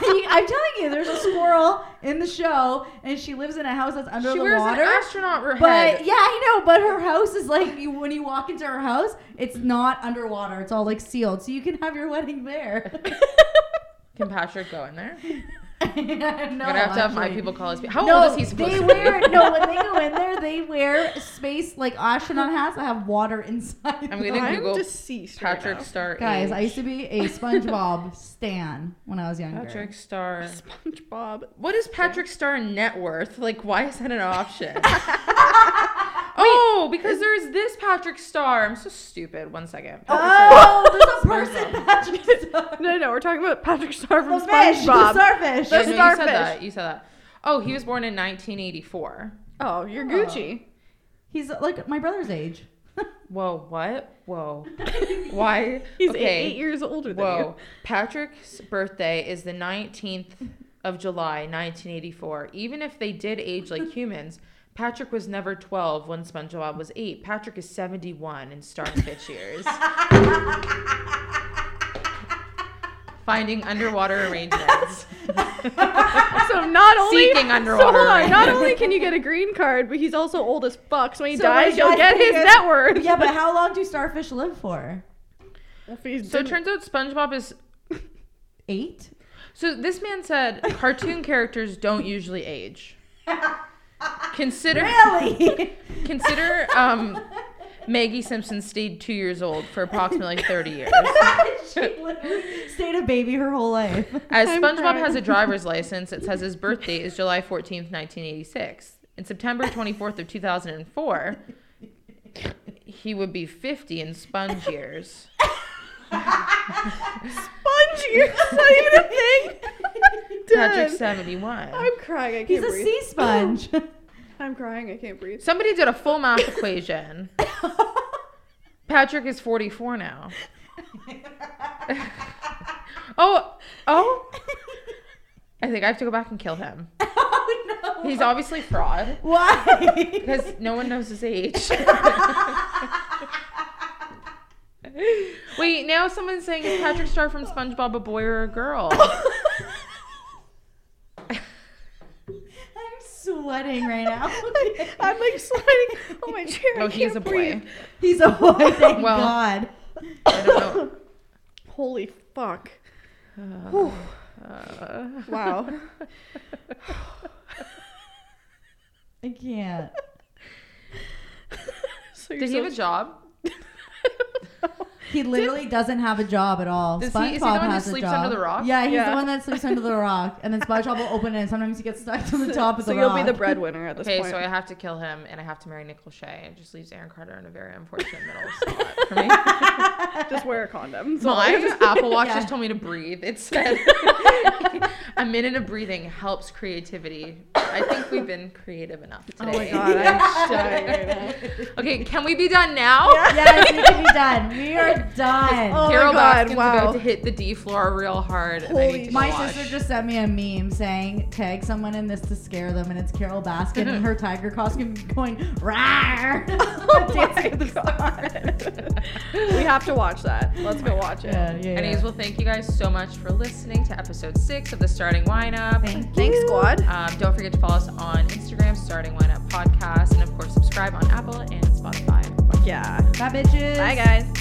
[SPEAKER 3] I'm telling you, there's a squirrel in the show, and she lives in a house that's under
[SPEAKER 1] she
[SPEAKER 3] the
[SPEAKER 1] wears
[SPEAKER 3] water.
[SPEAKER 1] an astronaut her
[SPEAKER 3] But
[SPEAKER 1] head.
[SPEAKER 3] yeah, I know. But her house is like you, when you walk into her house, it's not underwater. It's all like sealed, so you can have your wedding there.
[SPEAKER 1] Can Patrick go in there?
[SPEAKER 3] no, I'm
[SPEAKER 1] I'm gonna have to have my people call his. How
[SPEAKER 3] no,
[SPEAKER 1] old is he supposed
[SPEAKER 3] they
[SPEAKER 1] to
[SPEAKER 3] wear
[SPEAKER 1] be?
[SPEAKER 3] no. When they go in there, they wear space like astronaut hats that have water inside.
[SPEAKER 1] I'm gonna
[SPEAKER 3] them.
[SPEAKER 2] I'm
[SPEAKER 1] Google
[SPEAKER 2] deceased. right
[SPEAKER 1] Patrick
[SPEAKER 2] now.
[SPEAKER 1] Star.
[SPEAKER 3] Guys, I
[SPEAKER 1] age.
[SPEAKER 3] used to be a SpongeBob stan when I was younger.
[SPEAKER 1] Patrick Star.
[SPEAKER 2] SpongeBob.
[SPEAKER 1] What is Patrick Star net worth? Like, why is that an option? oh, because there's this Patrick Star. I'm so stupid. One second.
[SPEAKER 3] Oh, there's a person, Patrick Star.
[SPEAKER 2] No, no, we're talking about Patrick Star from
[SPEAKER 3] The fish, the
[SPEAKER 2] SpongeBob.
[SPEAKER 3] starfish.
[SPEAKER 1] Yeah, no,
[SPEAKER 2] The
[SPEAKER 1] you said
[SPEAKER 2] starfish.
[SPEAKER 1] that. You said that. Oh, he was born in 1984.
[SPEAKER 2] oh, you're
[SPEAKER 3] Oh.
[SPEAKER 2] Gucci.
[SPEAKER 3] He's like my brother's age.
[SPEAKER 1] Whoa, what? Whoa. Why?
[SPEAKER 2] He's eight, eight years older than
[SPEAKER 1] Whoa. Patrick's birthday is the 19th of July, 1984. Even if they did age like humans, Patrick was never 12 when SpongeBob was 8. Patrick is 71 in starfish years. Finding underwater arrangements.
[SPEAKER 2] you. So not only
[SPEAKER 1] Seeking underwater
[SPEAKER 2] So hold on, not
[SPEAKER 1] rings.
[SPEAKER 2] only can you get a green card, but he's also old as fuck. So when he
[SPEAKER 3] So
[SPEAKER 2] dies,
[SPEAKER 3] when he
[SPEAKER 2] you'll
[SPEAKER 3] dies,
[SPEAKER 2] get
[SPEAKER 3] he
[SPEAKER 2] his
[SPEAKER 3] gets-
[SPEAKER 2] net worth.
[SPEAKER 3] yeah, but how long do starfish live for?
[SPEAKER 2] If he
[SPEAKER 1] So it
[SPEAKER 2] didn't-
[SPEAKER 1] turns out SpongeBob is
[SPEAKER 3] Eight.
[SPEAKER 1] So this man said cartoon characters don't usually age. Consider
[SPEAKER 3] Really?
[SPEAKER 1] consider um, Maggie Simpson stayed two years old for approximately thirty years.
[SPEAKER 3] she literally stayed a baby her whole life.
[SPEAKER 1] As
[SPEAKER 2] I'm
[SPEAKER 1] SpongeBob
[SPEAKER 2] crying.
[SPEAKER 1] has a driver's license, it says his birthday is July fourteenth, nineteen eighty six. In September twenty fourth of two thousand and four, he would be fifty in Sponge years.
[SPEAKER 2] sponge ears. Is that even a thing?
[SPEAKER 1] Patrick's
[SPEAKER 2] Done.
[SPEAKER 1] seventy one.
[SPEAKER 2] I'm crying. I can't
[SPEAKER 3] He's a
[SPEAKER 2] breathe.
[SPEAKER 3] sea sponge.
[SPEAKER 2] I'm crying. I can't breathe.
[SPEAKER 1] Somebody did a full math equation. Patrick is forty four now. Oh, oh! I think I have to go back and kill him.
[SPEAKER 3] oh no.
[SPEAKER 1] He's obviously fraud
[SPEAKER 3] Why?
[SPEAKER 1] because no one knows his age. Wait, now someone's saying is Patrick Star from SpongeBob a boy or a girl?
[SPEAKER 3] I'm sweating right now.
[SPEAKER 2] I'm like sliding on my chair. I
[SPEAKER 1] Oh, he's
[SPEAKER 2] can't
[SPEAKER 1] a boy.
[SPEAKER 2] breathe.
[SPEAKER 3] He's a boy, thank
[SPEAKER 1] Well.
[SPEAKER 3] God.
[SPEAKER 1] I don't
[SPEAKER 2] Holy fuck.
[SPEAKER 1] know. Uh, uh.
[SPEAKER 2] Wow.
[SPEAKER 3] I can't.
[SPEAKER 2] so you're
[SPEAKER 1] Did he
[SPEAKER 2] so
[SPEAKER 1] have a job?
[SPEAKER 3] He literally doesn't have a job at all.
[SPEAKER 1] Does he-
[SPEAKER 3] SpongeBob
[SPEAKER 1] is he the one who
[SPEAKER 3] has a
[SPEAKER 1] sleeps
[SPEAKER 3] job.
[SPEAKER 1] under the rock?
[SPEAKER 3] Yeah, he's
[SPEAKER 2] Yeah.
[SPEAKER 3] the one that sleeps under the rock, and then SpongeBob will open it, and sometimes he gets stuck to the top of
[SPEAKER 2] so
[SPEAKER 3] the
[SPEAKER 2] you'll
[SPEAKER 3] rock.
[SPEAKER 2] be the breadwinner at this
[SPEAKER 1] Okay,
[SPEAKER 2] point.
[SPEAKER 1] so I have to kill him and I have to marry Nick Lachey. It just leaves Aaron Carter in a very unfortunate middle spot for me.
[SPEAKER 2] just wear a condom. That's all I have
[SPEAKER 1] My
[SPEAKER 2] to say.
[SPEAKER 1] Apple Watch
[SPEAKER 3] Yeah.
[SPEAKER 1] just told me to breathe. It said a minute of breathing helps creativity. I think we've been creative enough
[SPEAKER 2] Oh
[SPEAKER 1] today.
[SPEAKER 2] my god, I'm dying right now.
[SPEAKER 1] Okay, can we be done now?
[SPEAKER 3] yes, we can be done. We are done.
[SPEAKER 2] Oh my
[SPEAKER 1] Carol
[SPEAKER 2] God,
[SPEAKER 1] Baskin's
[SPEAKER 2] wow.
[SPEAKER 1] about to hit the D floor real hard. and I
[SPEAKER 2] Holy
[SPEAKER 1] need to
[SPEAKER 3] My
[SPEAKER 1] go watch.
[SPEAKER 3] sister just sent me a meme saying tag someone in this to scare them, and it's Carol Baskin in her tiger costume going rawr. Dancing with the stars.
[SPEAKER 2] we have to watch that. Let's go watch it.
[SPEAKER 3] Yeah, yeah, yeah.
[SPEAKER 1] Anyways, well, thank you guys so much for listening to episode six of the Starting Lineup.
[SPEAKER 3] Thank
[SPEAKER 2] Thanks,
[SPEAKER 3] you.
[SPEAKER 2] squad.
[SPEAKER 1] Um, don't forget to follow us on Instagram, Starting Lineup Podcast, and of course, subscribe on Apple and Spotify.
[SPEAKER 2] Fuck yeah.
[SPEAKER 3] Bye, bitches.
[SPEAKER 2] Bye, guys.